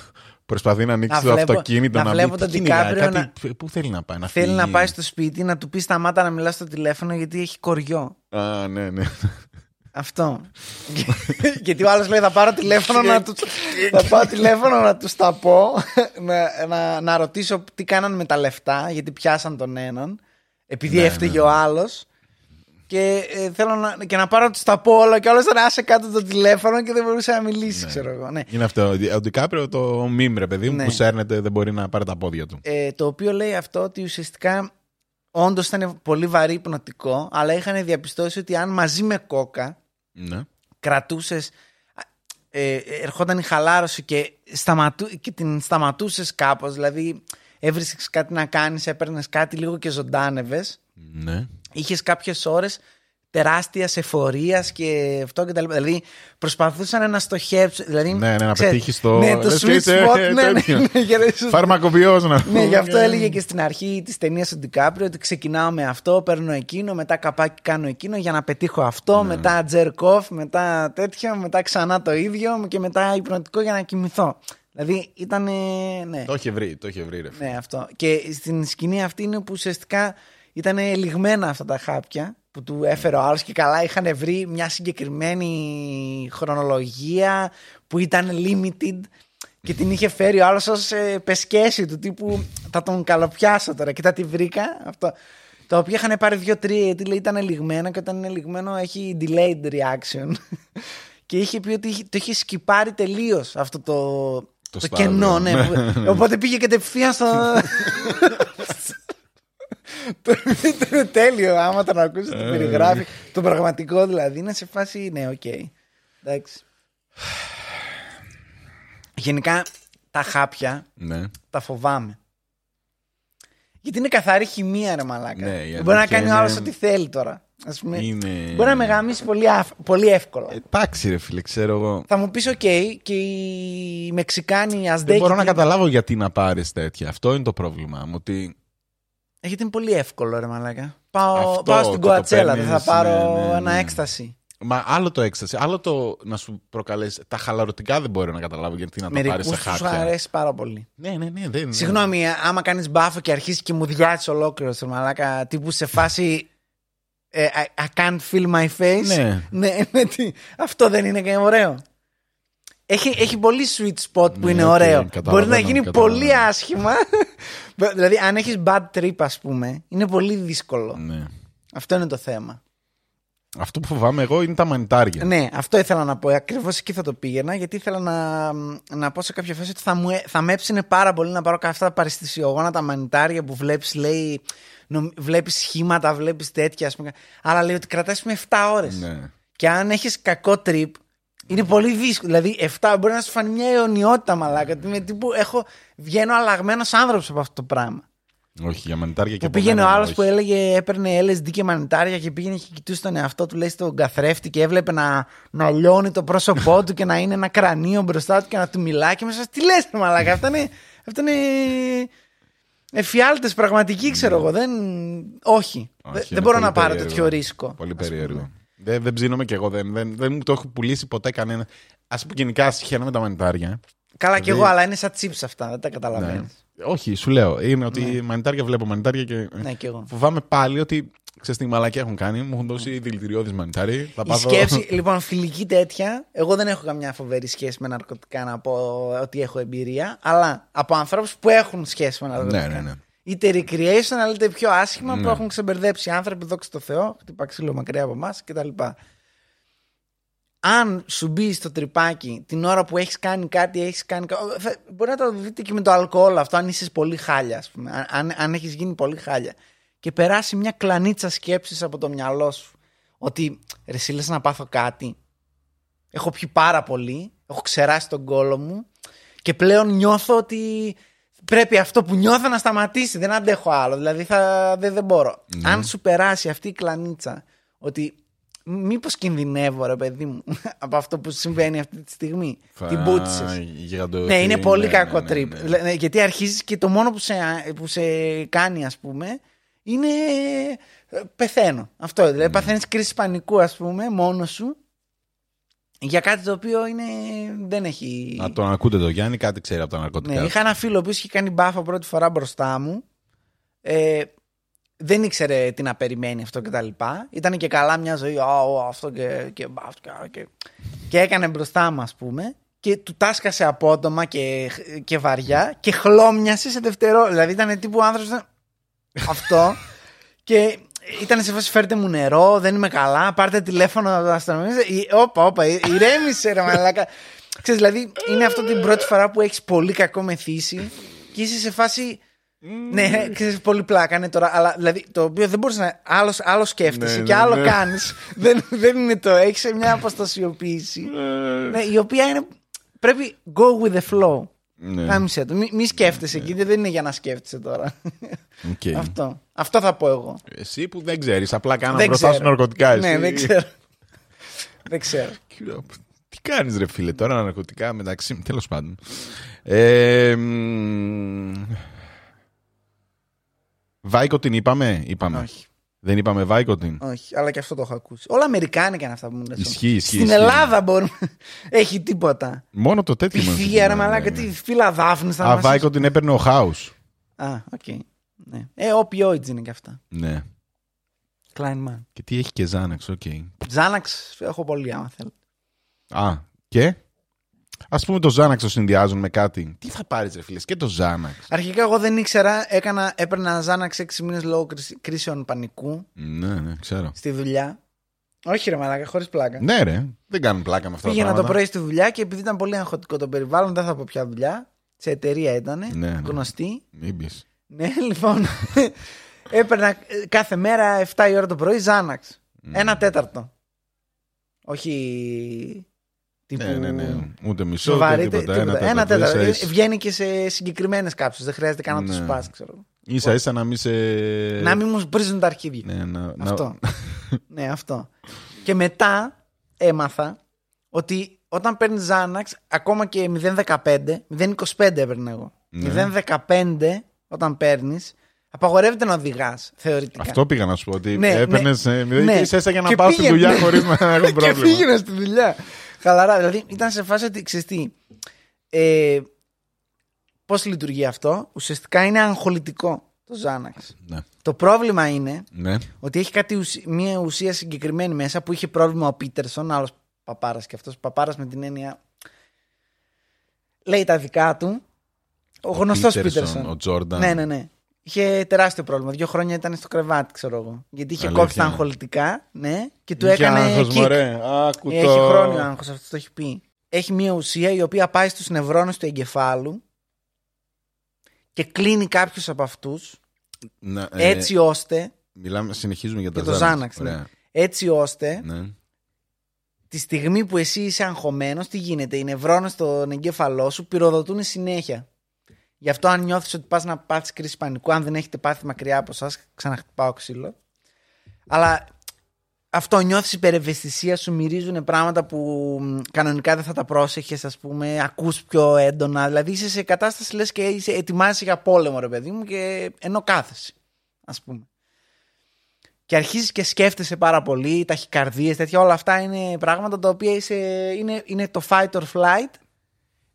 Προσπαθεί να ανοίξει
Να
το
βλέπω-
αυτοκίνητο.
να
Να,
βλέπω
μπει.
τον
Τι κυνηγάει,
Ντικάπριο
κάτι- Πού θέλει να πάει, να
Θέλει να
φύγει.
πάει στο σπίτι να του πει σταμάτα να μιλά στο τηλέφωνο γιατί έχει κοριό.
Α, ναι, ναι.
Αυτό. Γιατί ο άλλος λέει θα πάρω τηλέφωνο να τους. θα πάω τηλέφωνο να τους τα πω. να, να, να ρωτήσω τι κάναν με τα λεφτά, γιατί πιάσαν τον έναν. Επειδή
Ναι,
έφταιγε
ναι.
ο άλλος. Και ε, θέλω να, και να πάρω να τους τα πω όλα. Και όλο ήταν άσε κάτω το τηλέφωνο και δεν μπορούσε να μιλήσει,
Ναι.
ξέρω εγώ. Ναι.
Είναι αυτό. Ο Ντικάπριο το μιμ, ρε παιδί μου,
Ναι.
που σέρνεται, δεν μπορεί να πάρει τα πόδια του.
Ε, το οποίο λέει αυτό ότι ουσιαστικά όντως ήταν πολύ βαρύ πνοτικό, αλλά είχαν διαπιστώσει ότι αν μαζί με κόκα
Ναι.
κρατούσες. Ε, ερχόταν η χαλάρωση και, σταματού, και την σταματούσες κάπως. Δηλαδή, έβρισκε κάτι να κάνεις, έπαιρνες κάτι λίγο και ζωντάνευες.
Ναι.
Είχες κάποιες ώρες τεράστιας εφορίας και αυτό και τα λοιπά. Δηλαδή, προσπαθούσαν να στοχεύσουν. Δηλαδή,
Ναι, ναι, να
ξέρεις,
πετύχεις το.
Ναι, το
λες και
sweet
είσαι,
spot.
ε,
ναι, ναι,
τέτοιο.
ναι, για να σου-
Φαρμακοποιός να
ναι, γι' αυτό
πούμε.
έλεγε και στην αρχή της ταινίας του Ντικάπριο ότι ξεκινάω με αυτό, παίρνω εκείνο, μετά καπάκι κάνω εκείνο για να πετύχω αυτό, μετά jerk off, μετά τέτοιο, μετά ξανά το ίδιο και μετά υπνοτικό για να κοιμηθώ. Δηλαδή ήταν. ε, Ναι,
Το είχε βρει, το είχε βρει, ρε. φίλε.
ναι, αυτό. Και στην σκηνή αυτή είναι που ουσιαστικά ήταν λιγμένα αυτά τα χάπια που του έφερε ο άλλος και καλά είχαν βρει μια συγκεκριμένη χρονολογία που ήταν limited και την είχε φέρει ο άλλος ως ε, πεσκέση του τύπου θα τον καλοπιάσω τώρα. Κοίτα τι βρήκα. Αυτό. Τα οποία είχαν πάρει δύο-τρία γιατί λέει ήταν λιγμένα και όταν είναι λιγμένο έχει delayed reaction. και είχε πει ότι είχε- το είχε σκυπάρει τελείως αυτό το, το,
στάδιο.
κενό. Ναι. Οπότε πήγε κατευθείαν στο. Το είναι τέλειο άμα τον ακούσεις, το
Ε.
περιγράφει. Το πραγματικό δηλαδή είναι σε φάση. Ναι, οκ. Εντάξει. Γενικά τα χάπια
Ναι.
τα φοβάμαι. Γιατί είναι καθαρή χημεία, ρε Μαλάκα.
Ναι, η
μπορεί να
αλήθεια
κάνει ο άλλο
είναι-
ό,τι θέλει τώρα. Ας πούμε,
Είναι-
Ναι. Μπορεί να με γαμίσει πολύ, αφ- πολύ εύκολα.
Ε, Εντάξει, ρε φίλε, ξέρω εγώ.
Θα μου πεις, οκ, και οι Μεξικάνοι
Δεν
Αζντέκοι.
μπορώ να καταλάβω γιατί να πάρεις τέτοια. Αυτό είναι το πρόβλημά μου. Ότι
Ε, Γιατί είναι πολύ εύκολο, ρε Μαλάκα. Πάω,
Αυτό,
πάω στην
ότι το
Κουατσέλα, δεν θα
παίρνεις,
πάρω
ναι, ναι,
ένα
ναι.
έκσταση.
Μα άλλο το έκσταση, άλλο το να σου προκαλέσει. Τα χαλαρωτικά δεν μπορώ να καταλάβω γιατί να τα πάρει
Μερικού
σε
τους
χάπια.
αρέσει πάρα πολύ.
Ναι, ναι, ναι. Δεν,
Συγγνώμη, ε, άμα κάνεις μπάφο και αρχίσεις και μου διάσει ολόκληρο το μαλάκα, τύπου σε φάση. ε, I, I can't feel my face.
Ναι.
ναι, ναι, τι- αυτό δεν είναι και ωραίο. Έχει, έχει πολύ sweet spot που
Ναι,
είναι
οκ,
ωραίο.
καταλαβαίνω,
Μπορεί να γίνει
καταλαβαίνω.
πολύ άσχημα. δηλαδή, αν έχεις bad trip, ας πούμε, είναι πολύ δύσκολο.
Ναι.
Αυτό είναι το θέμα.
Αυτό που φοβάμαι εγώ είναι τα μανιτάρια.
Ναι, αυτό ήθελα να πω. Ακριβώς εκεί θα το πήγαινα, γιατί ήθελα να, να πω σε κάποια φάση ότι θα, μου, ε- θα με έψινε πάρα πολύ να πάρω αυτά τα παρεστησιογόνα, τα μανιτάρια που βλέπεις, λέει. νομ- βλέπεις σχήματα, βλέπεις τέτοια, ας πούμε. Αλλά λέει ότι κρατάς με 7 ώρες.
Ναι.
Και αν έχεις κακό trip, είναι πολύ δύσκολο. Δηλαδή, 7 μπορεί να σου φανεί μια αιωνιότητα, μαλάκα. ότι με τύπου έχω, βγαίνω αλλαγμένος άνθρωπος από αυτό το πράγμα.
Όχι, για μανιτάρια και
Που πήγαινε ο
απομένα,
άλλος
όχι.
που έλεγε, έπαιρνε LSD και μανιτάρια και πήγαινε και κοιτούσε τον εαυτό του, λέει στον καθρέφτη και έβλεπε να, να λιώνει το πρόσωπό του και να είναι ένα κρανίο μπροστά του και να του μιλάει και μέσα. Τι λες, μαλάκα, αυτά είναι. Αυτά είναι εφιάλτες πραγματικοί, ξέρω εγώ. Δεν, όχι.
Όχι,
Δε-
είναι
δεν μπορώ
πολύ
να πάρω
περίεργο.
τέτοιο ρίσκο.
Πολύ
ας πούμε.
περίεργο. Δεν, δεν ψήνομαι κι εγώ. Δεν, δεν, δεν μου το έχω πουλήσει ποτέ κανένα. Ας πούμε γενικά συγχαίρω με τα μανιτάρια.
Καλά κι
Δηλαδή-
εγώ, αλλά είναι σαν chips αυτά, δεν τα
Ναι.
καταλαβαίνω.
Όχι, σου λέω. Είναι ότι μανιτάρια βλέπω μανιτάρια και.
Ναι, κι εγώ.
Φοβάμαι πάλι ότι ξέρεις τι μαλακία έχουν κάνει. Μου έχουν δώσει δηλητηριώδεις μανιτάρι. Θα
Η
πάθω-
σκέψη, λοιπόν, φιλική τέτοια. Εγώ δεν έχω καμιά φοβερή σχέση με ναρκωτικά να πω ότι έχω εμπειρία. Αλλά από ανθρώπους που έχουν σχέση με ναρκωτικά.
Ναι, ναι, ναι.
Είτε recreational, είτε πιο άσχημα που
Ναι.
έχουν ξεμπερδέψει άνθρωποι, δόξα τω Θεώ, χτυπά ξύλο μακριά από εμάς κτλ. Αν σου μπει στο τρυπάκι την ώρα που έχεις κάνει κάτι, έχεις κάνει. κα- θα- Μπορεί να το δείτε και με το αλκοόλ αυτό, αν είσαι πολύ χάλια, ας πούμε. Αν, αν έχεις γίνει πολύ χάλια. Και περάσει μια κλανίτσα σκέψης από το μυαλό σου. Ότι ρε, εσύ λες να πάθω κάτι. Έχω πιει πάρα πολύ. Έχω ξεράσει τον κόλο μου. Και πλέον νιώθω ότι πρέπει αυτό που νιώθω να σταματήσει. Δεν αντέχω άλλο. Δηλαδή θα, δεν, δεν μπορώ.
Ναι.
Αν σου περάσει αυτή η κλανίτσα ότι μήπως κινδυνεύω, ρε παιδί μου, από αυτό που συμβαίνει αυτή τη στιγμή.
Θα
Την πούτησες.
γιγαντωθεί,
Ναι, είναι πολύ
ναι,
κακό
ναι, ναι,
τρίπ.
ναι.
Λε- ναι, Γιατί αρχίζεις και το μόνο που σε, που σε κάνει, ας πούμε, είναι. ε, Πεθαίνω. Αυτό. Δηλαδή, παθαίνεις κρίση πανικού, ας πούμε, μόνος σου. Για κάτι το οποίο είναι... δεν έχει.
Να τον ακούτε το Γιάννη, κάτι ξέρει από τα ναρκωτικά.
Ναι, είχα ένα φίλο που είχε κάνει μπάφα πρώτη φορά μπροστά μου. Ε, δεν ήξερε τι να περιμένει αυτό και τα λοιπά. Ήταν και καλά μια ζωή. «Α, ω, αυτό και, και μπαφ, και, α, και, και έκανε μπροστά μου, ας πούμε. Και του τάσκασε απότομα και, και βαριά και χλώμιασε σε δευτερό. Δηλαδή ήταν τύπου άνθρωπος. Αυτό. και ήταν σε φάση φέρτε μου νερό, δεν είμαι καλά, πάρτε τηλέφωνο από το αστυνομικό. Ε, Όπα, όπα, ε, ηρέμησε ρε μαλάκα. Ξέρεις, δηλαδή είναι αυτό την πρώτη φορά που έχεις πολύ κακό μεθύσι και είσαι σε φάση... Ναι, ξέρεις, πολύ πλάκα είναι τώρα. Αλλά δηλαδή το οποίο δεν μπορείς να. Άλλος, άλλος σκέφτεσαι
Ναι,
και
ναι,
άλλο
ναι.
κάνεις. δεν, δεν είναι το. Έχεις μια αποστασιοποίηση.
Ε,
ναι, η οποία είναι. Πρέπει go with the flow.
Ναι.
Κάμισε το. Μη, μη σκέφτεσαι εκεί. Δεν είναι για να σκέφτεσαι τώρα.
Οκ.
Mm. Αυτό. Αυτό θα πω εγώ.
Εσύ που δεν ξέρεις, απλά κάνα
δεν
μπροστά σου ναρκωτικά. εσύ.
Ναι, δεν ξέρω. δεν ξέρω.
Κύριο, Τι κάνεις, ρε φίλε, τώρα ναρκωτικά μεταξύ. Τέλος πάντων. Ε, μ, Βάικο την είπαμε, είπαμε.
όχι,
Δεν είπαμε Βάικο την.
όχι. Αλλά και αυτό το έχω ακούσει. Όλα Αμερικάνικα είναι αυτά που μου λες.
Ισχύει, ισχύει.
Στην
ισχύει.
Ελλάδα μπορούμε. Έχει τίποτα.
Μόνο το τέτοιο. μόνο το
Πυθία, ρε
θυμάμαι,
μαλάκα,
ναι.
τι φύλλα δάφνη θα
Α,
μας
Βάικο την έπαιρνε ο Χάους.
Α, οκ. Ναι. Ε, opioids είναι και αυτά.
Ναι.
Kleinman.
Και τι έχει και Ζάναξ, οκ.
Ζάναξ, έχω πολύ άμα θέλετε.
Α, και. Ας πούμε το Ζάναξ το συνδυάζουν με κάτι. Τι θα πάρεις, ρε φίλες, και το Ζάναξ.
Αρχικά εγώ δεν ήξερα, έκανα, έπαιρνα Ζάναξ 6 μήνες λόγω κρίσ- κρίσεων πανικού
Ναι, ναι, ξέρω.
στη δουλειά. Όχι ρε μαλάκα, χωρίς πλάκα.
Ναι, ρε. Δεν κάνουν πλάκα με αυτά
Πήγαινα
τα
το
πράγματα.
πρωί στη δουλειά και επειδή ήταν πολύ αγχωτικό το περιβάλλον, δεν θα πω ποια δουλειά. Σε εταιρεία ήταν,
Ναι, ναι.
γνωστή.
Μην πεις.
Ναι, λοιπόν. έπαιρνα ε, κάθε μέρα 7 η ώρα το πρωί Ζάναξ.
Ναι.
Ένα τέταρτο. Όχι. Τύπου...
Ναι, ναι, ναι. Ούτε μισό, ούτε
Σοβαρή,
τίποτα.
τίποτα. Ένα
τέταρτο.
τέταρτο.
Ίσα-
Ε, Βγαίνει και σε συγκεκριμένες κάψου. Δεν χρειάζεται καν να το
Ναι.
σπάσει, ξέρω. εγώ.
Ίσα ίσα να μην σε.
Να μην μου σπρίζουν τα αρχίδια.
Ναι, να- να-
Αυτό. ναι, αυτό. Και μετά έμαθα ότι όταν παίρνεις Ζάναξ, ακόμα και 0,15, 0,25 έπαιρνα εγώ.
Ναι.
0,15 όταν παίρνεις, απαγορεύεται να οδηγάς θεωρητικά.
Αυτό πήγα να σου πω. Ότι
Ναι, ναι.
έπαιρνες.
Ναι.
Ίσα ίσα για να
Και
πάω στη
πήγαινε.
δουλειά χωρίς να έχω
και
πρόβλημα.
πήγαινα στη δουλειά. Χαλαρά. Δηλαδή ήταν σε φάση ότι ξέρεις τι. Ε, Πώς λειτουργεί αυτό, ουσιαστικά είναι αγχολητικό το Ζάναξ.
Ναι.
Το πρόβλημα είναι
Ναι.
ότι έχει κάτι ουσι- μια ουσία συγκεκριμένη μέσα που είχε πρόβλημα ο Πίτερσον, άλλος παπάρας και αυτός. Παπάρας με την έννοια. Λέει τα δικά του. Ο, γνωστός Πίτερσον.
Ο Τζόρνταν.
Ναι, ναι, ναι. Είχε τεράστιο πρόβλημα. Δύο χρόνια ήταν στο κρεβάτι, ξέρω εγώ. Γιατί είχε
Αλήθεια.
κόψει τα αγχολητικά, ναι, και του
Είχε
έκανε.
άγχος,
kick. Ναι,
μωρέ. Άκου
Έχει
το.
χρόνιο άγχος, αυτό το έχει πει. Έχει μία ουσία η οποία πάει στους νευρώνες του εγκεφάλου και κλείνει κάποιους από αυτούς,
Να, ε,
έτσι ώστε,
Μιλάμε, συνεχίζουμε για τα
Για το Xanax, ναι. Ε,
Ωραία.
έτσι ώστε
Ναι.
τη στιγμή που εσύ είσαι αγχωμένος, τι γίνεται. Οι νευρώνες στον εγκέφαλό σου πυροδοτούν συνέχεια. Γι' αυτό, αν νιώθεις ότι πας να πάθεις κρίση πανικού, αν δεν έχετε πάθει μακριά από εσάς, ξαναχτυπάω ξύλο. Αλλά αυτό νιώθεις υπερευαισθησία, σου μυρίζουν πράγματα που μ, κανονικά δεν θα τα πρόσεχες, ας πούμε, ακούς πιο έντονα. Δηλαδή είσαι σε κατάσταση λες και είσαι, ετοιμάζεσαι για πόλεμο, ρε παιδί μου, και ενώ κάθεσαι, ας πούμε. Και αρχίζεις και σκέφτεσαι πάρα πολύ, ταχυκαρδίες, τέτοια. Όλα αυτά είναι πράγματα τα οποία είσαι, είναι, είναι το fight or flight.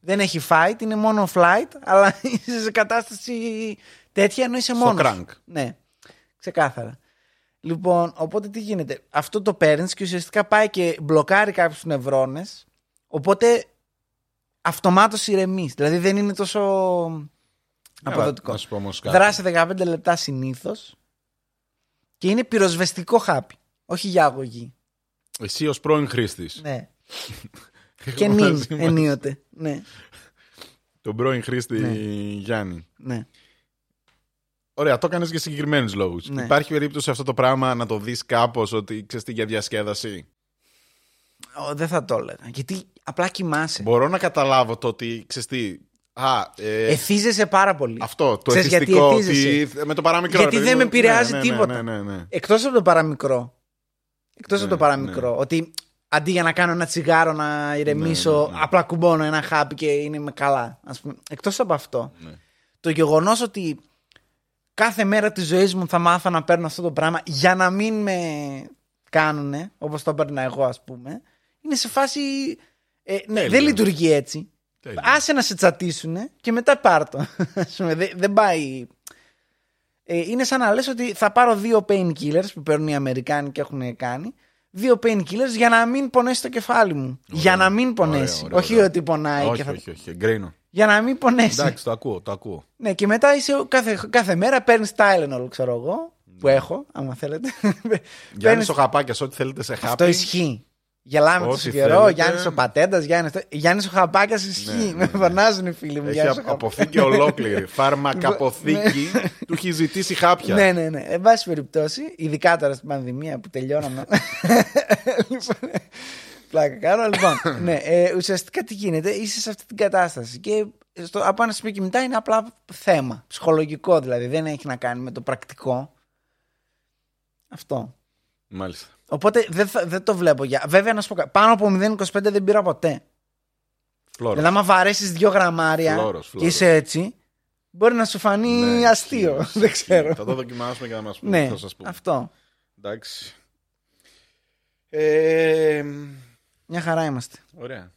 Δεν έχει fight, είναι μόνο flight, αλλά είσαι σε κατάσταση τέτοια ενώ είσαι
Στο
μόνος.
crank.
Ναι, ξεκάθαρα. Λοιπόν, οπότε τι γίνεται. Αυτό το παίρνει και ουσιαστικά πάει και μπλοκάρει κάποιους νευρώνες. Οπότε αυτομάτως ηρεμείς. Δηλαδή δεν είναι τόσο αποδοτικό.
Να σου πω όμως κάτι.
Δράση 15 λεπτά συνήθως. Και είναι πυροσβεστικό χάπι. Όχι για αγωγή.
Εσύ ως πρώην χρήστης.
Ναι. και νυν
Μαζί μας.
ενίοτε. Ναι.
Τον πρώην χρήστη
Ναι.
Γιάννη.
ναι.
Ωραία, το έκανες για συγκεκριμένους λόγους.
Ναι.
Υπάρχει περίπτωση αυτό το πράγμα να το δεις κάπως ότι ξέρεις τι για διασκέδαση.
Ω, δεν θα το έλεγα. Γιατί απλά κοιμάσαι.
Μπορώ να καταλάβω το ότι ξέρεις τι. Α, ε,
Εθίζεσαι πάρα πολύ.
αυτό το
Ξέρεις γιατί
εθιστικό.
εθίζεσαι.
Ότι, με το παραμικρό.
Γιατί
ρε παιδί
δεν
μου.
με επηρεάζει
Ναι, ναι,
τίποτα.
Ναι, ναι, ναι.
Εκτός από το παραμικρό. Εκτός
Ναι,
από το παραμικρό. Ότι αντί για να κάνω ένα τσιγάρο να ηρεμήσω,
Ναι, ναι, ναι.
απλά κουμπώνω ένα χάπι και είναι με καλά. Ας πούμε. Εκτός από αυτό.
Ναι.
Το γεγονός ότι κάθε μέρα της ζωής μου θα μάθω να παίρνω αυτό το πράγμα για να μην με κάνουνε όπως το παίρνα εγώ, ας πούμε, είναι σε φάση. ε, ναι,
Τέλεια.
δεν λειτουργεί έτσι.
Τέλεια.
Άσε να σε τσατίσουνε και μετά πάρ' το. Ας πούμε, δεν, δεν πάει. Ε, είναι σαν να λες ότι θα πάρω δύο painkillers που παίρνουν οι Αμερικάνοι και έχουν κάνει. Δύο painkillers για να μην πονέσει το κεφάλι μου.
Ωραία.
Για να μην
Ωραία,
πονέσει.
ωραία,
όχι
ωραία.
ότι πονάει
όχι,
και θα...
όχι, όχι, εγκρίνω.
Για να μην πονέσει.
Εντάξει, το ακούω, το ακούω.
Ναι, και μετά είσαι κάθε, κάθε μέρα παίρνεις Tylenol, ξέρω εγώ, που έχω, άμα θέλετε.
Γιάννη
Παίρνεις-
Ναι. ο χαπάκια, ό,τι θέλετε σε χάπι.
Αυτό ισχύει. Γελάμε
Ό,τι
τόσο καιρό.
θέλετε.
Γιάννης ο πατέντας, Γιάννης. Γιάννης ο χαπάκας ισχύει.
Ναι, ναι,
Με
ναι.
φωνάζουν οι φίλοι μου.
Έχει
Γιάννης ο
απο-
Χαπάκας.
αποθήκη
Λοιπόν,
ολόκληρη. Φαρμακαποθήκη. Του έχει ζητήσει χάπια.
Ναι, ναι, ναι. Εν πάση περιπτώσει, ειδικά τώρα στην πανδημία που τελειώναμε. Λοιπόν, Πλάκα κάνω. Λοιπόν, ναι, ε, ουσιαστικά τι γίνεται, είσαι σε αυτή την κατάσταση. Και στο, από ένα σημείο και μετά είναι απλά θέμα. Ψυχολογικό δηλαδή. Δεν έχει να κάνει με το πρακτικό. Αυτό.
Μάλιστα.
Οπότε δεν, θα- δεν το βλέπω για. Βέβαια, να σου πω κάτι. Πάνω από 0,25 δεν πήρα ποτέ.
Φλόρος.
Δηλαδή, άμα βαρέσεις δύο γραμμάρια
Φλόρος,
και
φλόρος.
είσαι έτσι, μπορεί να σου φανεί
Ναι,
αστείο.
ισχύει,
δεν
ισχύει.
ξέρω.
Θα το δοκιμάσουμε και θα μας πούμε.
Ναι,
θα σας πούμε.
αυτό.
Εντάξει. Ε,
Μια χαρά είμαστε.
ωραία.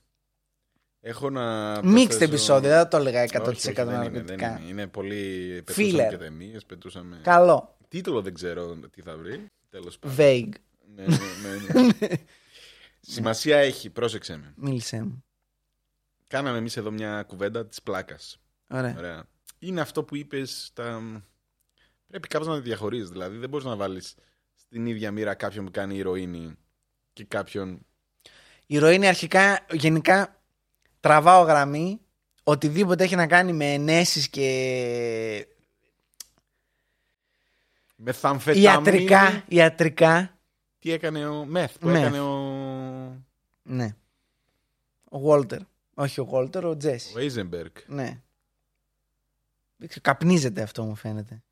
Έχω να.
Μίξτε
προσθέσω-
επεισόδιο, δεν θα το έλεγα 100%
Όχι, όχι, δεν είναι, δεν
αναλυτικά.
είναι. Είναι πολύ. Πετούσαμε
Φίλερ.
και ταινίες. Πετούσαμε.
Καλό.
Τίτλο δεν ξέρω τι θα βρει. Τέλος πάντων.
Vague.
ναι, ναι, ναι, ναι. Σημασία έχει, πρόσεξε με.
Μίλησέ μου.
Κάναμε εμείς εδώ μια κουβέντα της πλάκας.
Ωραία.
Ωραία. Είναι αυτό που είπες. Τα... Πρέπει κάπως να τη διαχωρίζεις. Δηλαδή, δεν μπορείς να βάλεις στην ίδια μοίρα κάποιον που κάνει ηρωίνη και κάποιον.
Η ροή είναι αρχικά, γενικά, τραβάω γραμμή. Οτιδήποτε έχει να κάνει με ενέσεις και
Με θαμφεταμίνη.
ιατρικά, ιατρικά,
Τι έκανε ο Μεθ. Που
Μεθ.
έκανε ο.
ναι. Ο Walter. Όχι ο Walter, ο Τζέσι.
Ο Έιζενμπεργκ.
Ναι. Δεν ξέρω, Καπνίζεται αυτό μου φαίνεται.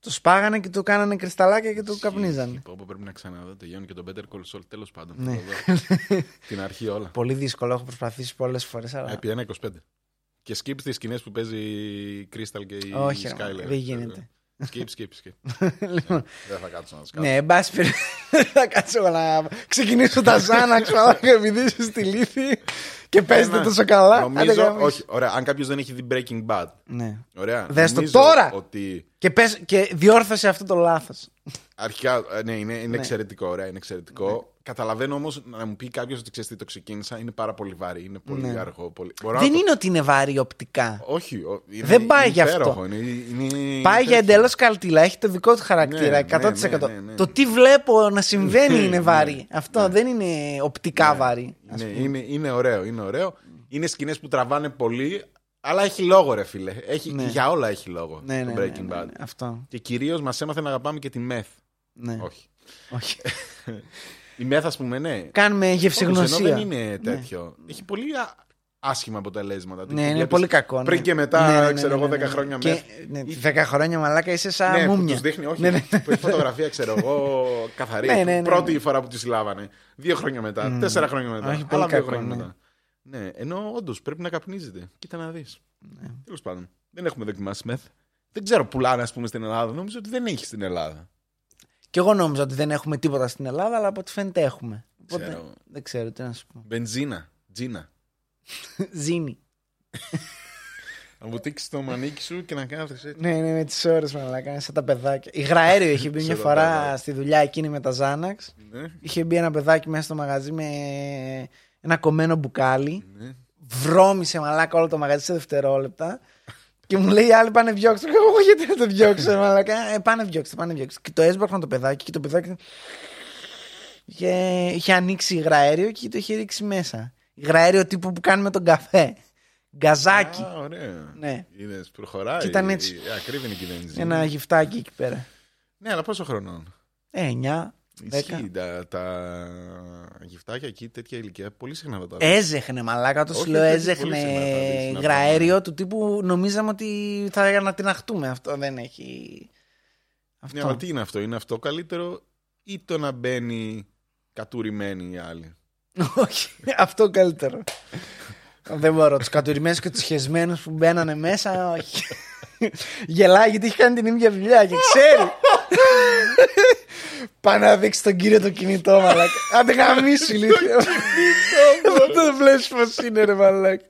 Το σπάγανε και το κάνανε κρυσταλάκια και το
Ισχύει, ισχύει.
καπνίζανε.
Πω, πω, πρέπει να ξαναδώ το Γιάννη και τον Better Call Saul. Τέλος πάντων.
Ναι.
θα το δω. την αρχή όλα.
Πολύ δύσκολο, έχω προσπαθήσει πολλές φορές, αλλά
Επί 1,25. Και skip στις σκηνές που παίζει η Crystal και η
όχι, ρε,
Skyler.
δεν γίνεται.
Skip, skip, skip.
Λοιπόν,
δεν θα κάτσω να τις κάνω.
Ναι, εν πάση περιπτώσει, θα κάτσω εγώ να ξεκινήσω τα ζάνα, ξέρω, επειδή είσαι στη λύθη και παίζετε
Ένα.
τόσο καλά. Άντε,
Ε, ναι. Νομίζω,
γαμίσου.
όχι, ωραία, αν κάποιος δεν έχει δει Breaking Bad.
Ναι.
Ωραία.
Δες το
νομίζω
τώρα!
Ότι
Και, πες, και διόρθωσε αυτό το λάθος.
αρχικά, ε, ναι, είναι, είναι
Ναι.
εξαιρετικό, ωραία, είναι εξαιρετικό. Καταλαβαίνω όμως να μου πει κάποιος ότι ξέρεις τι το ξεκίνησα, είναι πάρα πολύ βαρύ, είναι πολύ
Ναι.
αργό. Πολύ... Μπορώ να
Δεν
το-
είναι ότι είναι βάρη οπτικά.
Όχι, ο- είναι-
Δεν πάει
είναι
γι' αυτό.
υπέροχο, είναι- είναι-
Πάει για
τέτοιο.
εντελώς καλτήλα. Έχει το δικό του χαρακτήρα
Ναι,
100%.
ναι, ναι, ναι, ναι.
Το τι βλέπω να συμβαίνει είναι
Ναι,
βάρη.
ναι.
Αυτό
Ναι.
δεν είναι οπτικά βάρη. ας
Ναι,
πούμε.
είναι, είναι ωραίο, είναι ωραίο. Είναι σκηνές που τραβάνε πολύ, αλλά έχει λόγο, ρε φίλε. Έχει,
Ναι.
Για όλα έχει λόγο
Ναι, ναι,
το
ναι,
Breaking
ναι, ναι,
Bad.
ναι. Αυτό.
Και κυρίως μας έμαθε να αγαπάμε και τη μεθ.
Ναι.
Όχι.
Όχι.
Η μεθ, ας πούμε, ναι.
Κάνουμε
Όμως, Ενώ
γευσηγνωσία.
δεν είναι τέτοιο. Έχει πολύ α- άσχημα αποτελέσματα.
Ναι, είναι πολύ κακό. ναι.
Πριν και μετά,
Ναι, ναι, ναι,
ξέρω
ναι,
εγώ,
ναι,
10
ναι.
χρόνια
Και-
μεθ.
ναι, 10 χρόνια μαλάκα είσαι σαν
ναι, που
μούμια.
τους δείχνει, όχι.
Ναι, ναι.
που έχει φωτογραφία, ξέρω εγώ, καθαρή.
Ναι, ναι, ναι, ναι.
Πρώτη φορά που τη συλλάβανε. Δύο χρόνια μετά,
Ναι.
τέσσερα χρόνια μετά.
Όχι, πολύ
άλλα δύο
κακό,
χρόνια
ναι.
μετά. Ναι, ενώ όντως πρέπει να καπνίζετε. Κοίτα να δεις. Ναι. Τέλος πάντων, δεν έχουμε δοκιμάσει μεθ. Δεν ξέρω, πουλάνε, ας πούμε, στην Ελλάδα. Νομίζω ότι δεν έχει στην Ελλάδα.
Και εγώ νόμιζα ότι δεν έχουμε τίποτα στην Ελλάδα, αλλά από ό,τι φαίνεται έχουμε. Οπότε,
Ξέρω.
Δεν ξέρω τι να σου πω.
Μπενζίνα. Τζίνα.
Ζήνη.
Να βουτήξει το μανίκι σου και να κάνει έτσι.
Ναι, ναι, με τις ώρες μαλάκα, είναι σαν τα παιδάκια. Υγραέριο είχε μπει
Σαν
μια
τα
φορά
παιδάκια.
στη δουλειά εκείνη με τα Ζάναξ.
Ναι,
Είχε μπει ένα παιδάκι μέσα στο μαγαζί με ένα κομμένο μπουκάλι.
ναι.
Βρώμησε μαλάκα όλο το μαγαζί σε δευτερόλεπτα. Και μου λέει: οι Άλλοι πάνε διώξτε. Και εγώ γιατί να το διώξω, ρε μαλάκα. Ε, πάνε διώξτε, πάνε διώξτε. Και το έσπαχναν το παιδάκι και το παιδάκι. Είχε, είχε ανοίξει υγραέριο και το είχε ρίξει μέσα. Υγραέριο τύπου που κάνουμε τον καφέ. Γκαζάκι.
Α, ωραία.
Ναι.
Είδες, προχωράει.
Και ήταν έτσι.
Η- η- Ακρίβεια είναι και η Βενζίνα.
Ένα γυφτάκι εκεί πέρα.
Ναι, αλλά πόσο χρονών.
Ε, 9, 10.
Ισχύει τα, τα γυφτάκια εκεί, τέτοια ηλικία, πολύ συχνά
Ε,
θα τα Ναι, δεις.
Έζεχνε, μαλάκα. Το
Όχι,
σου λέω,
δεν είναι
έζεχνε
πολύ συχνά τα δεις, να
γραέριο του τύπου. Νομίζαμε ότι θα ανατιναχτούμε. Αυτό δεν έχει.
Ναι,
Αυτό.
αλλά τι είναι αυτό, είναι αυτό καλύτερο ή το να μπαίνει κατουρημένη η άλλη.
Όχι, αυτό καλύτερο. δεν μπορώ. Τους κατουρημένου και τους χεσμένους που μπαίνανε μέσα, όχι. Γελάει γιατί έχει κάνει την ίδια δουλειά και ξέρει. Πάει να δείξει τον κύριο το κινητό, μαλάκα. Άντε γαμίσου, ηλίθεια. Αυτό δεν βλέπεις πως είναι, ρε μαλάκα.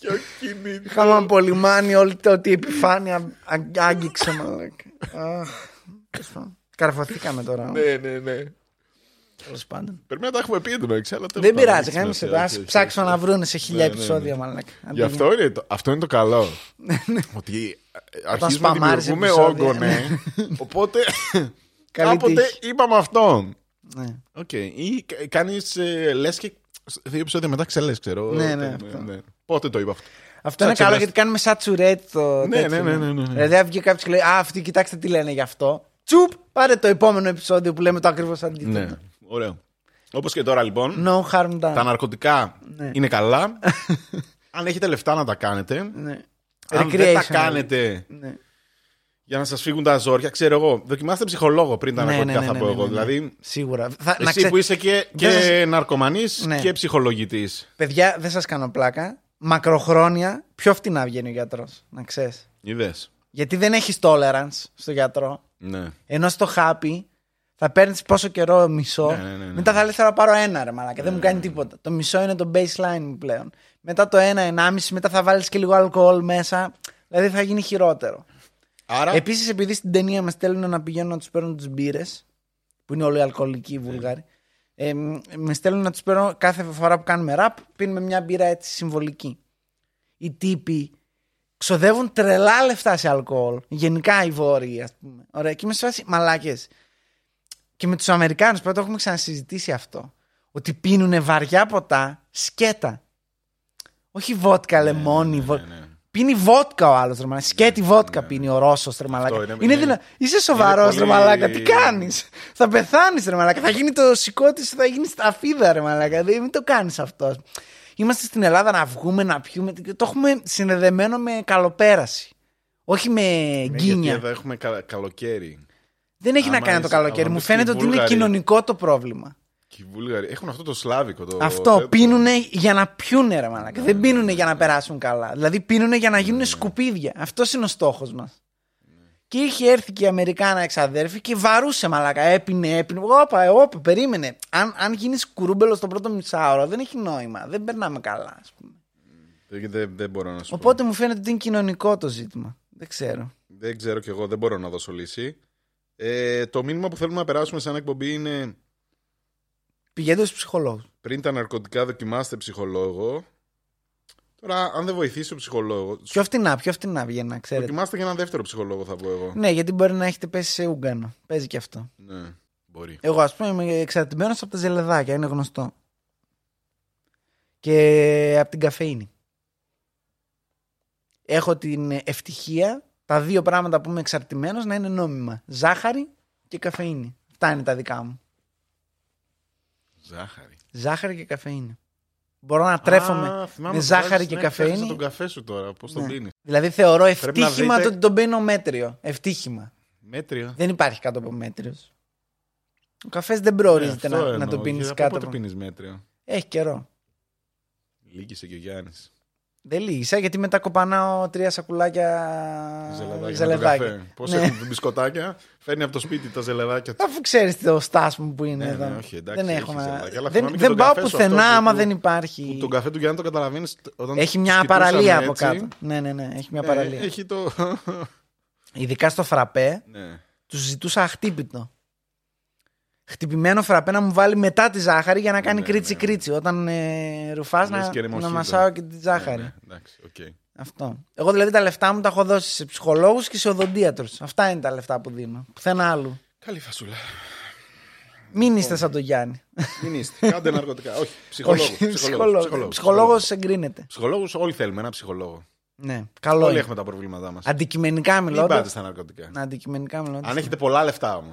Ποιο κινητό.
Είχαμε από λιμάνι όλη το ότι η επιφάνεια αγ- άγγιξε μαλάκα. Αχ, τέλος πάντων. Καρφωθήκαμε τώρα.
ναι, ναι, ναι.
Τέλος πάντων.
Πρέπει να τα έχουμε πει εντάξει, αλλά τέλος
Δεν
πάντων,
πειράζει,
έχει
κάνει
σημασία,
το. Α
όχι, όχι,
ψάξω
όχι.
να βρούνε σε χιλιά
Ναι, ναι, ναι.
επεισόδια, μαλάκα.
Γι' αυτό είναι το, αυτό είναι το καλό.
Ναι,
ότι ε, αρχίζουμε να
σπαμάρεις
δημιουργούμε
επεισόδια,
όγκο,
ναι.
ναι. Οπότε
Καλή
κάποτε
τύχη.
είπαμε αυτόν.
Ναι.
Οκ. Ή κάνεις. Ε, Λες και σ- δύο επεισόδια μετά ξελές, ξέρω.
Ναι, ναι,
Ε,
αυτό.
Πότε το είπα αυτό.
Αυτό είναι
Ψάξε
καλό
μας.
γιατί κάνουμε σαν τσουρέτ το.
Ναι,
τέτοιο.
ναι, ναι, ναι, ναι, ναι.
Δηλαδή, αν βγει κάποιος και λέει Α, αυτοί κοιτάξτε τι λένε γι' αυτό. Τσουπ, πάρε το επόμενο επεισόδιο που λέμε το ακριβώς αντίθετο.
Ναι. Ωραίο. Όπως και τώρα λοιπόν,
No harm
τα
done.
ναρκωτικά
Ναι.
είναι καλά. Αν έχετε λεφτά να τα κάνετε.
Ναι.
Αν δεν τα
Recreational.
κάνετε
Ναι.
για να σας φύγουν τα ζόρια, ξέρω εγώ. Δοκιμάστε ψυχολόγο πριν τα
Ναι,
ναρκωτικά,
ναι,
θα
ναι,
πω
ναι,
εγώ.
ναι, ναι.
Δηλαδή,
Σίγουρα. Θα, να
εσύ
ξε...
που είσαι και, και
Δεν σας-
ναρκωμανής
Ναι.
και ψυχολογητής.
Παιδιά, δεν σας κάνω πλάκα. Μακροχρόνια πιο φτηνά βγαίνει ο γιατρός. Να ξέρεις.
Είδες.
Γιατί δεν έχεις tolerance στο γιατρό.
Ναι.
Ενώ στο χάπι θα παίρνεις πόσο καιρό μισό.
Ναι, ναι, ναι, ναι.
Μετά θα λες: Θέλω να πάρω ένα ρε μαλάκα. δεν μου κάνει τίποτα. Το μισό είναι το baseline μου πλέον. Μετά το ένα, ενάμιση, μετά θα βάλεις και λίγο αλκοόλ μέσα. Δηλαδή θα γίνει χειρότερο.
Άρα.
Επίσης, επειδή στην ταινία μας στέλνουν να πηγαίνουν να τους παίρνουν τι μπύρες, που είναι όλοι αλκοολικοί οι Βούλγαροι, ε, με στέλνουν να τους παίρνω κάθε φορά που κάνουμε ραπ, πίνουμε μια μπύρα έτσι συμβολική. Οι τύποι ξοδεύουν τρελά λεφτά σε αλκοόλ. Γενικά οι Βόρειοι, ας πούμε. Ωραία, και είμαι σε φάση μαλάκες. Και με τους Αμερικάνους, πρώτα έχουμε ξανασυζητήσει αυτό. Ότι πίνουν βαριά ποτά σκέτα. Όχι βότκα, λεμόνι. βο-
ναι, ναι.
Πίνει βότκα ο άλλος τρεμαλάκα. Σκέτη βότκα πίνει ο Ρώσος τρεμαλάκα.
Αυτό
Είναι,
είναι- ναι.
είναι,
είναι-
δυνα- Είσαι σοβαρό
πολύ-
τρεμαλάκα. Τι κάνεις. Θα πεθάνεις τρεμαλάκα. Θα γίνει το σηκώ τη, θα γίνεις σταφίδα τρεμαλάκα. Δηλαδή μην το κάνεις αυτό. Είμαστε στην Ελλάδα να βγούμε, να πιούμε. Το έχουμε συνδεδεμένο με καλοπέραση. Όχι με
Ναι, γιατί
γκίνια.
εδώ έχουμε κα- καλοκαίρι.
Δεν έχει να
Άμα
κάνει το
είσαι-
καλοκαίρι.
άμα
Μου
είσαι
φαίνεται ότι είναι
Βούλγαρη.
κοινωνικό το πρόβλημα.
Και οι Βούλγαροι έχουν αυτό το σλάβικο. Το
Αυτό
τέτοιο.
πίνουνε για να πιούνε, ρε μαλάκα. Δεν πίνουνε για να περάσουν καλά. Δηλαδή πίνουνε για να γίνουν σκουπίδια. Αυτός είναι ο στόχος μας. Και είχε έρθει και η Αμερικάνα εξαδέρφη και βαρούσε μαλάκα. Έπινε, έπινε. Όπα, ε, όπα, περίμενε. Αν, αν γίνεις κουρούμπελος στον πρώτο μισάωρο, δεν έχει νόημα. Δεν περνάμε καλά, ας πούμε.
Δεν, δεν, δεν μπορώ να σου
Οπότε
πω.
μου φαίνεται ότι είναι κοινωνικό το ζήτημα. Δεν ξέρω.
Δεν ξέρω κι εγώ, δεν μπορώ να δώσω λύση. Ε, το μήνυμα που θέλουμε να περάσουμε σαν εκπομπή είναι
Πηγαίνετε στους ψυχολόγους.
πριν τα ναρκωτικά δοκιμάστε ψυχολόγο. Τώρα, αν δεν βοηθήσει ο ψυχολόγος.
Πιο φτηνά, πιο φτηνά βγαίνει, ξέρετε.
Δοκιμάστε και έναν δεύτερο ψυχολόγο, θα πω εγώ.
Ναι, γιατί μπορεί να έχετε πέσει σε Ούγκανο. Παίζει και αυτό.
Ναι, μπορεί.
Εγώ, ας πούμε, είμαι εξαρτημένος από τα ζελεδάκια, είναι γνωστό. Και από την καφέινη. Έχω την ευτυχία τα δύο πράγματα που είμαι εξαρτημένος να είναι νόμιμα. Ζάχαρη και καφέινη. Αυτά είναι τα δικά μου.
Ζάχαρη.
Ζάχαρη και καφέινη. Μπορώ να τρέφομαι.
Α, θυμάμαι,
με
βγάζεις-
ζάχαρη και
ναι, φτιάχνεις
καφέινη.
τον καφέ σου τώρα, πώς τον
Ναι.
πίνει.
Δηλαδή θεωρώ
να
ευτύχημα
δείτε-
το ότι τον παίρνω μέτριο. Ευτύχημα.
Μέτρια.
Δεν υπάρχει κάτω από μέτριος. Ο καφές δεν
Ναι,
προορίζεται
αυτό
να, να
εννοώ.
το πίνει
Και
κάτω.
Πότε
Από...
πίνεις μέτρια.
Έχει καιρό.
Λύγησε και ο Γιάννης.
Δεν λύγησα γιατί μετά κοπανάω τρία σακουλάκια ζελεδάκια.
Πώς
Ναι.
έχουν μπισκοτάκια, φέρνει από το σπίτι τα ζελεδάκια του.
Αφού ξέρεις το στάσ μου που είναι
Ναι,
εδώ.
ναι, όχι, εντάξει,
δεν
έχει
έχω να.
ζελεδάκια, αλλά
δεν
θυμάμαι και
δεν
τον
πάω
καφέ σου
πουθενά
αυτό
άμα
που-
δεν
Που
υπάρχει.
τον καφέ του Γιάννη το καταλαβαίνεις.
Έχει μια παραλία από κάτω. Ναι, ναι, ναι. Έχει μια παραλία.
Ε, Έχει το.
Ειδικά στο φραπέ,
ναι.
τους ζητούσα χτύπητο. Χτυπημένο φραπέ να μου βάλει μετά τη ζάχαρη για να κάνει
Ναι, ναι.
κρίτσι-κρίτσι. Όταν ε, ρουφάς
Λες
να,
και
να
ρεμοσίδα.
μασάω και τη ζάχαρη.
Ναι, ναι, εντάξει, οκ.
Αυτό. Εγώ δηλαδή τα λεφτά μου τα έχω δώσει σε ψυχολόγους και σε οδοντίατρους. Αυτά είναι τα λεφτά που δίνω. Πουθενά άλλου.
Καλή φασούλα.
Μην είστε σαν τον Γιάννη.
Μην είστε. Κάντε ναρκωτικά. Όχι, ψυχολόγο.
Ψυχολόγο. Ψυχολόγο εγκρίνεται.
Ψυχολόγους, όλοι θέλουμε ένα ψυχολόγο.
Ναι. Καλό.
Όλοι
είναι.
έχουμε τα προβλήματά μας.
Αντικειμενικά
Μην
μιλώντας.
πάτε στα ναρκωτικά.
Να αντικειμενικά μιλώντας.
Αν έχετε πολλά λεφτά όμως.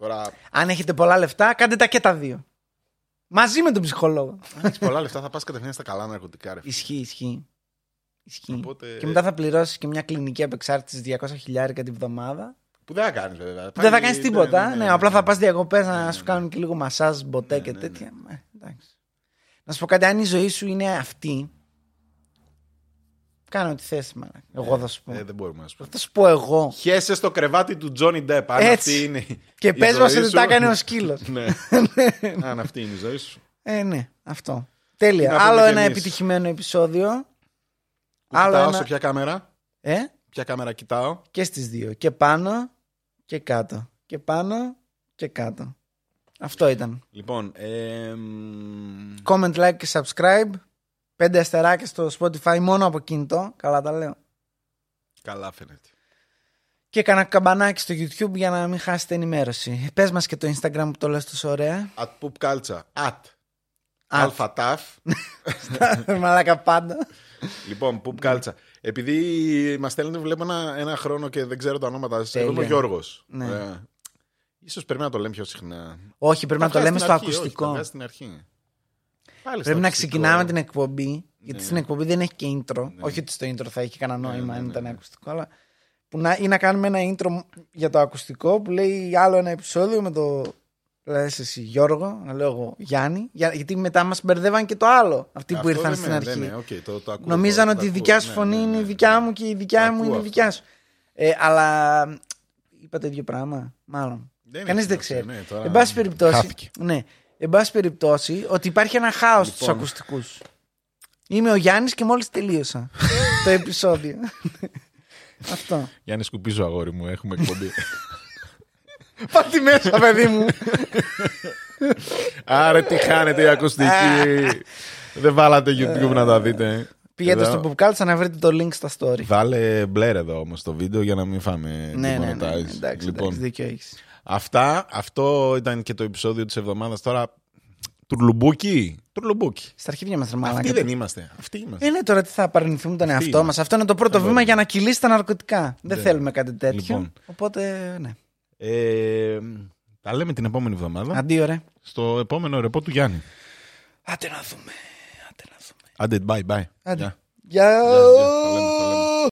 Τώρα,
Αν έχετε πολλά λεφτά, κάντε τα και τα δύο. Μαζί με τον ψυχολόγο.
αν έχεις πολλά λεφτά, θα πας κατευθείαν στα καλά ναρκωτικά. Ρε.
Ισχύει, ισχύει. Ισχύει.
Οπότε,
Και μετά θα πληρώσεις και μια κλινική απεξάρτησης 200 χιλιάρικα την εβδομάδα.
Που δεν θα κάνεις, βέβαια.
Δεν θα κάνεις τίποτα. Ναι, απλά θα πας διακοπές
Ναι,
να
ναι,
σου
ναι.
κάνουν και λίγο μασάζ, μποτέ
Ναι,
και
ναι,
τέτοια. Ε, εντάξει. Να σου πω κάτι, αν η ζωή σου είναι αυτή. Κάνω ό,τι θες μάνα. Εγώ θα σου πω.
Ε, δεν μπορούμε να σου πούμε.
Θα σου πω εγώ.
Χέσε στο κρεβάτι του Τζόνι Ντεπ. Αν
Έτσι.
αυτή είναι. η-
Και
η
πες
ζωή
μας ότι
σου.
τα έκανε ο σκύλος.
ναι. Αν αυτή είναι η ζωή σου.
ε, ναι, αυτό.
Τι
Τέλεια.
να πούμε
Άλλο
κι
ένα
εμείς.
επιτυχημένο επεισόδιο.
Που
Άλλο
κοιτάω
ένα-
σε ποια κάμερα.
Ε,
Ποια κάμερα κοιτάω.
και στις δύο. Και πάνω και κάτω. Και πάνω και κάτω. Αυτό ήταν.
Λοιπόν. Ε, μ,
Comment, like και subscribe. Πέντε αστεράκια στο Spotify μόνο από κινητό. Καλά τα λέω.
καλά φαίνεται.
Και κανένα καμπανάκι στο YouTube για να μην χάσετε ενημέρωση. Πες μας και το Instagram που το λες τόσο ωραία.
At poop culture. At.
Α,
Αλφα ταφ.
Μαλάκα πάντα.
Λοιπόν, poop culture. Επειδή μας στέλνετε, βλέπω ένα, ένα χρόνο και δεν ξέρω τα ονόματα σα. Εγώ είμαι ο
Τέλεια.
Γιώργος.
Ναι.
Ε, ίσως πρέπει να το λέμε πιο συχνά.
Όχι, πρέπει να
Τα
το λέμε
βγάζει
στο
στην αρχή, Όχι, τα
ακουστικό.
βγάζει στην αρχή. Πάλι στο
Πρέπει να
ακουστικό.
ξεκινάμε την εκπομπή. Γιατί
Ναι.
στην εκπομπή δεν έχει και intro.
Ναι.
Όχι ότι στο intro θα έχει κανένα
Ναι,
νόημα
ναι,
αν
ναι,
ήταν
ναι.
ακουστικό, αλλά. Που να, ή να κάνουμε ένα intro για το ακουστικό που λέει άλλο ένα επεισόδιο με το. Λες εσύ Γιώργο, να λέω εγώ Γιάννη. Για- Γιατί μετά μας μπερδεύαν και το άλλο. Αυτοί που
Αυτό
ήρθαν
δεν
στην
με-
αρχή.
δεν με, οκ, το- το ακούω,
Νομίζαν
το-
ότι η
το
δικιά
ακούω,
σου
ναι,
φωνή
ναι,
είναι η
ναι.
δικιά μου και η δικιά
Το
μου
ακούω
είναι η
αυτό.
δικιά σου. Ε, αλλά είπα το ίδιο πράγμα, μάλλον.
Δεν
Κανεί
έχει
δεν
σημασία,
ξέρει.
ναι, τώρα-
Εν πάση περιπτώσει.
Χάθηκε.
Ναι. Εν πάση περιπτώσει, ότι υπάρχει ένα χάος λοιπόν. στους
Λοιπόν.
ακουστικούς. Είμαι ο Γιάννης και μόλις τελείωσα το επεισόδιο. Αυτό.
Γιάννη, σκουπίζω αγόρι μου, έχουμε εκπομπή.
Πάτη μέσα, παιδί μου.
Άρα τι χάνετε η ακουστική. Δεν βάλατε YouTube να τα δείτε.
Πήγατε
Εδώ.
στο Pop Culture να βρείτε το link στα story.
Βάλε μπλερ εδώ όμως το βίντεο για να μην φάμε
Ναι, ναι, ναι, ναι.
τίποτα.
Εντάξει, εντάξει,
Λοιπόν,
δίκιο έχεις.
αυτά, αυτό ήταν και το επεισόδιο της εβδομάδας. Τώρα, τουρλουμπούκι. Τουρλουμπούκι.
Στα αρχίδια μας, ρε
Αυτοί
μαλάκα.
δεν είμαστε. Αυτοί είμαστε.
Ε, ναι, τώρα τι θα απαρνηθούμε τον
Αυτή
εαυτό
είναι.
μας. Αυτό είναι Ε, το πρώτο βήμα
μπορούμε.
για να κυλήσει τα ναρκωτικά. Δεν
Ναι.
θέλουμε κάτι τέτοιο.
Λοιπόν.
Οπότε, ναι.
Ε, τα λέμε την επόμενη εβδομάδα
Αντίο, ρε.
στο επόμενο ρεπό του Γιάννη.
Άντε να δούμε. Άντε να δούμε.
Άντε, bye, bye.
Άντε.
Γεια.
Γεια.
Γεια, γεια. Τα λέμε, τα λέμε.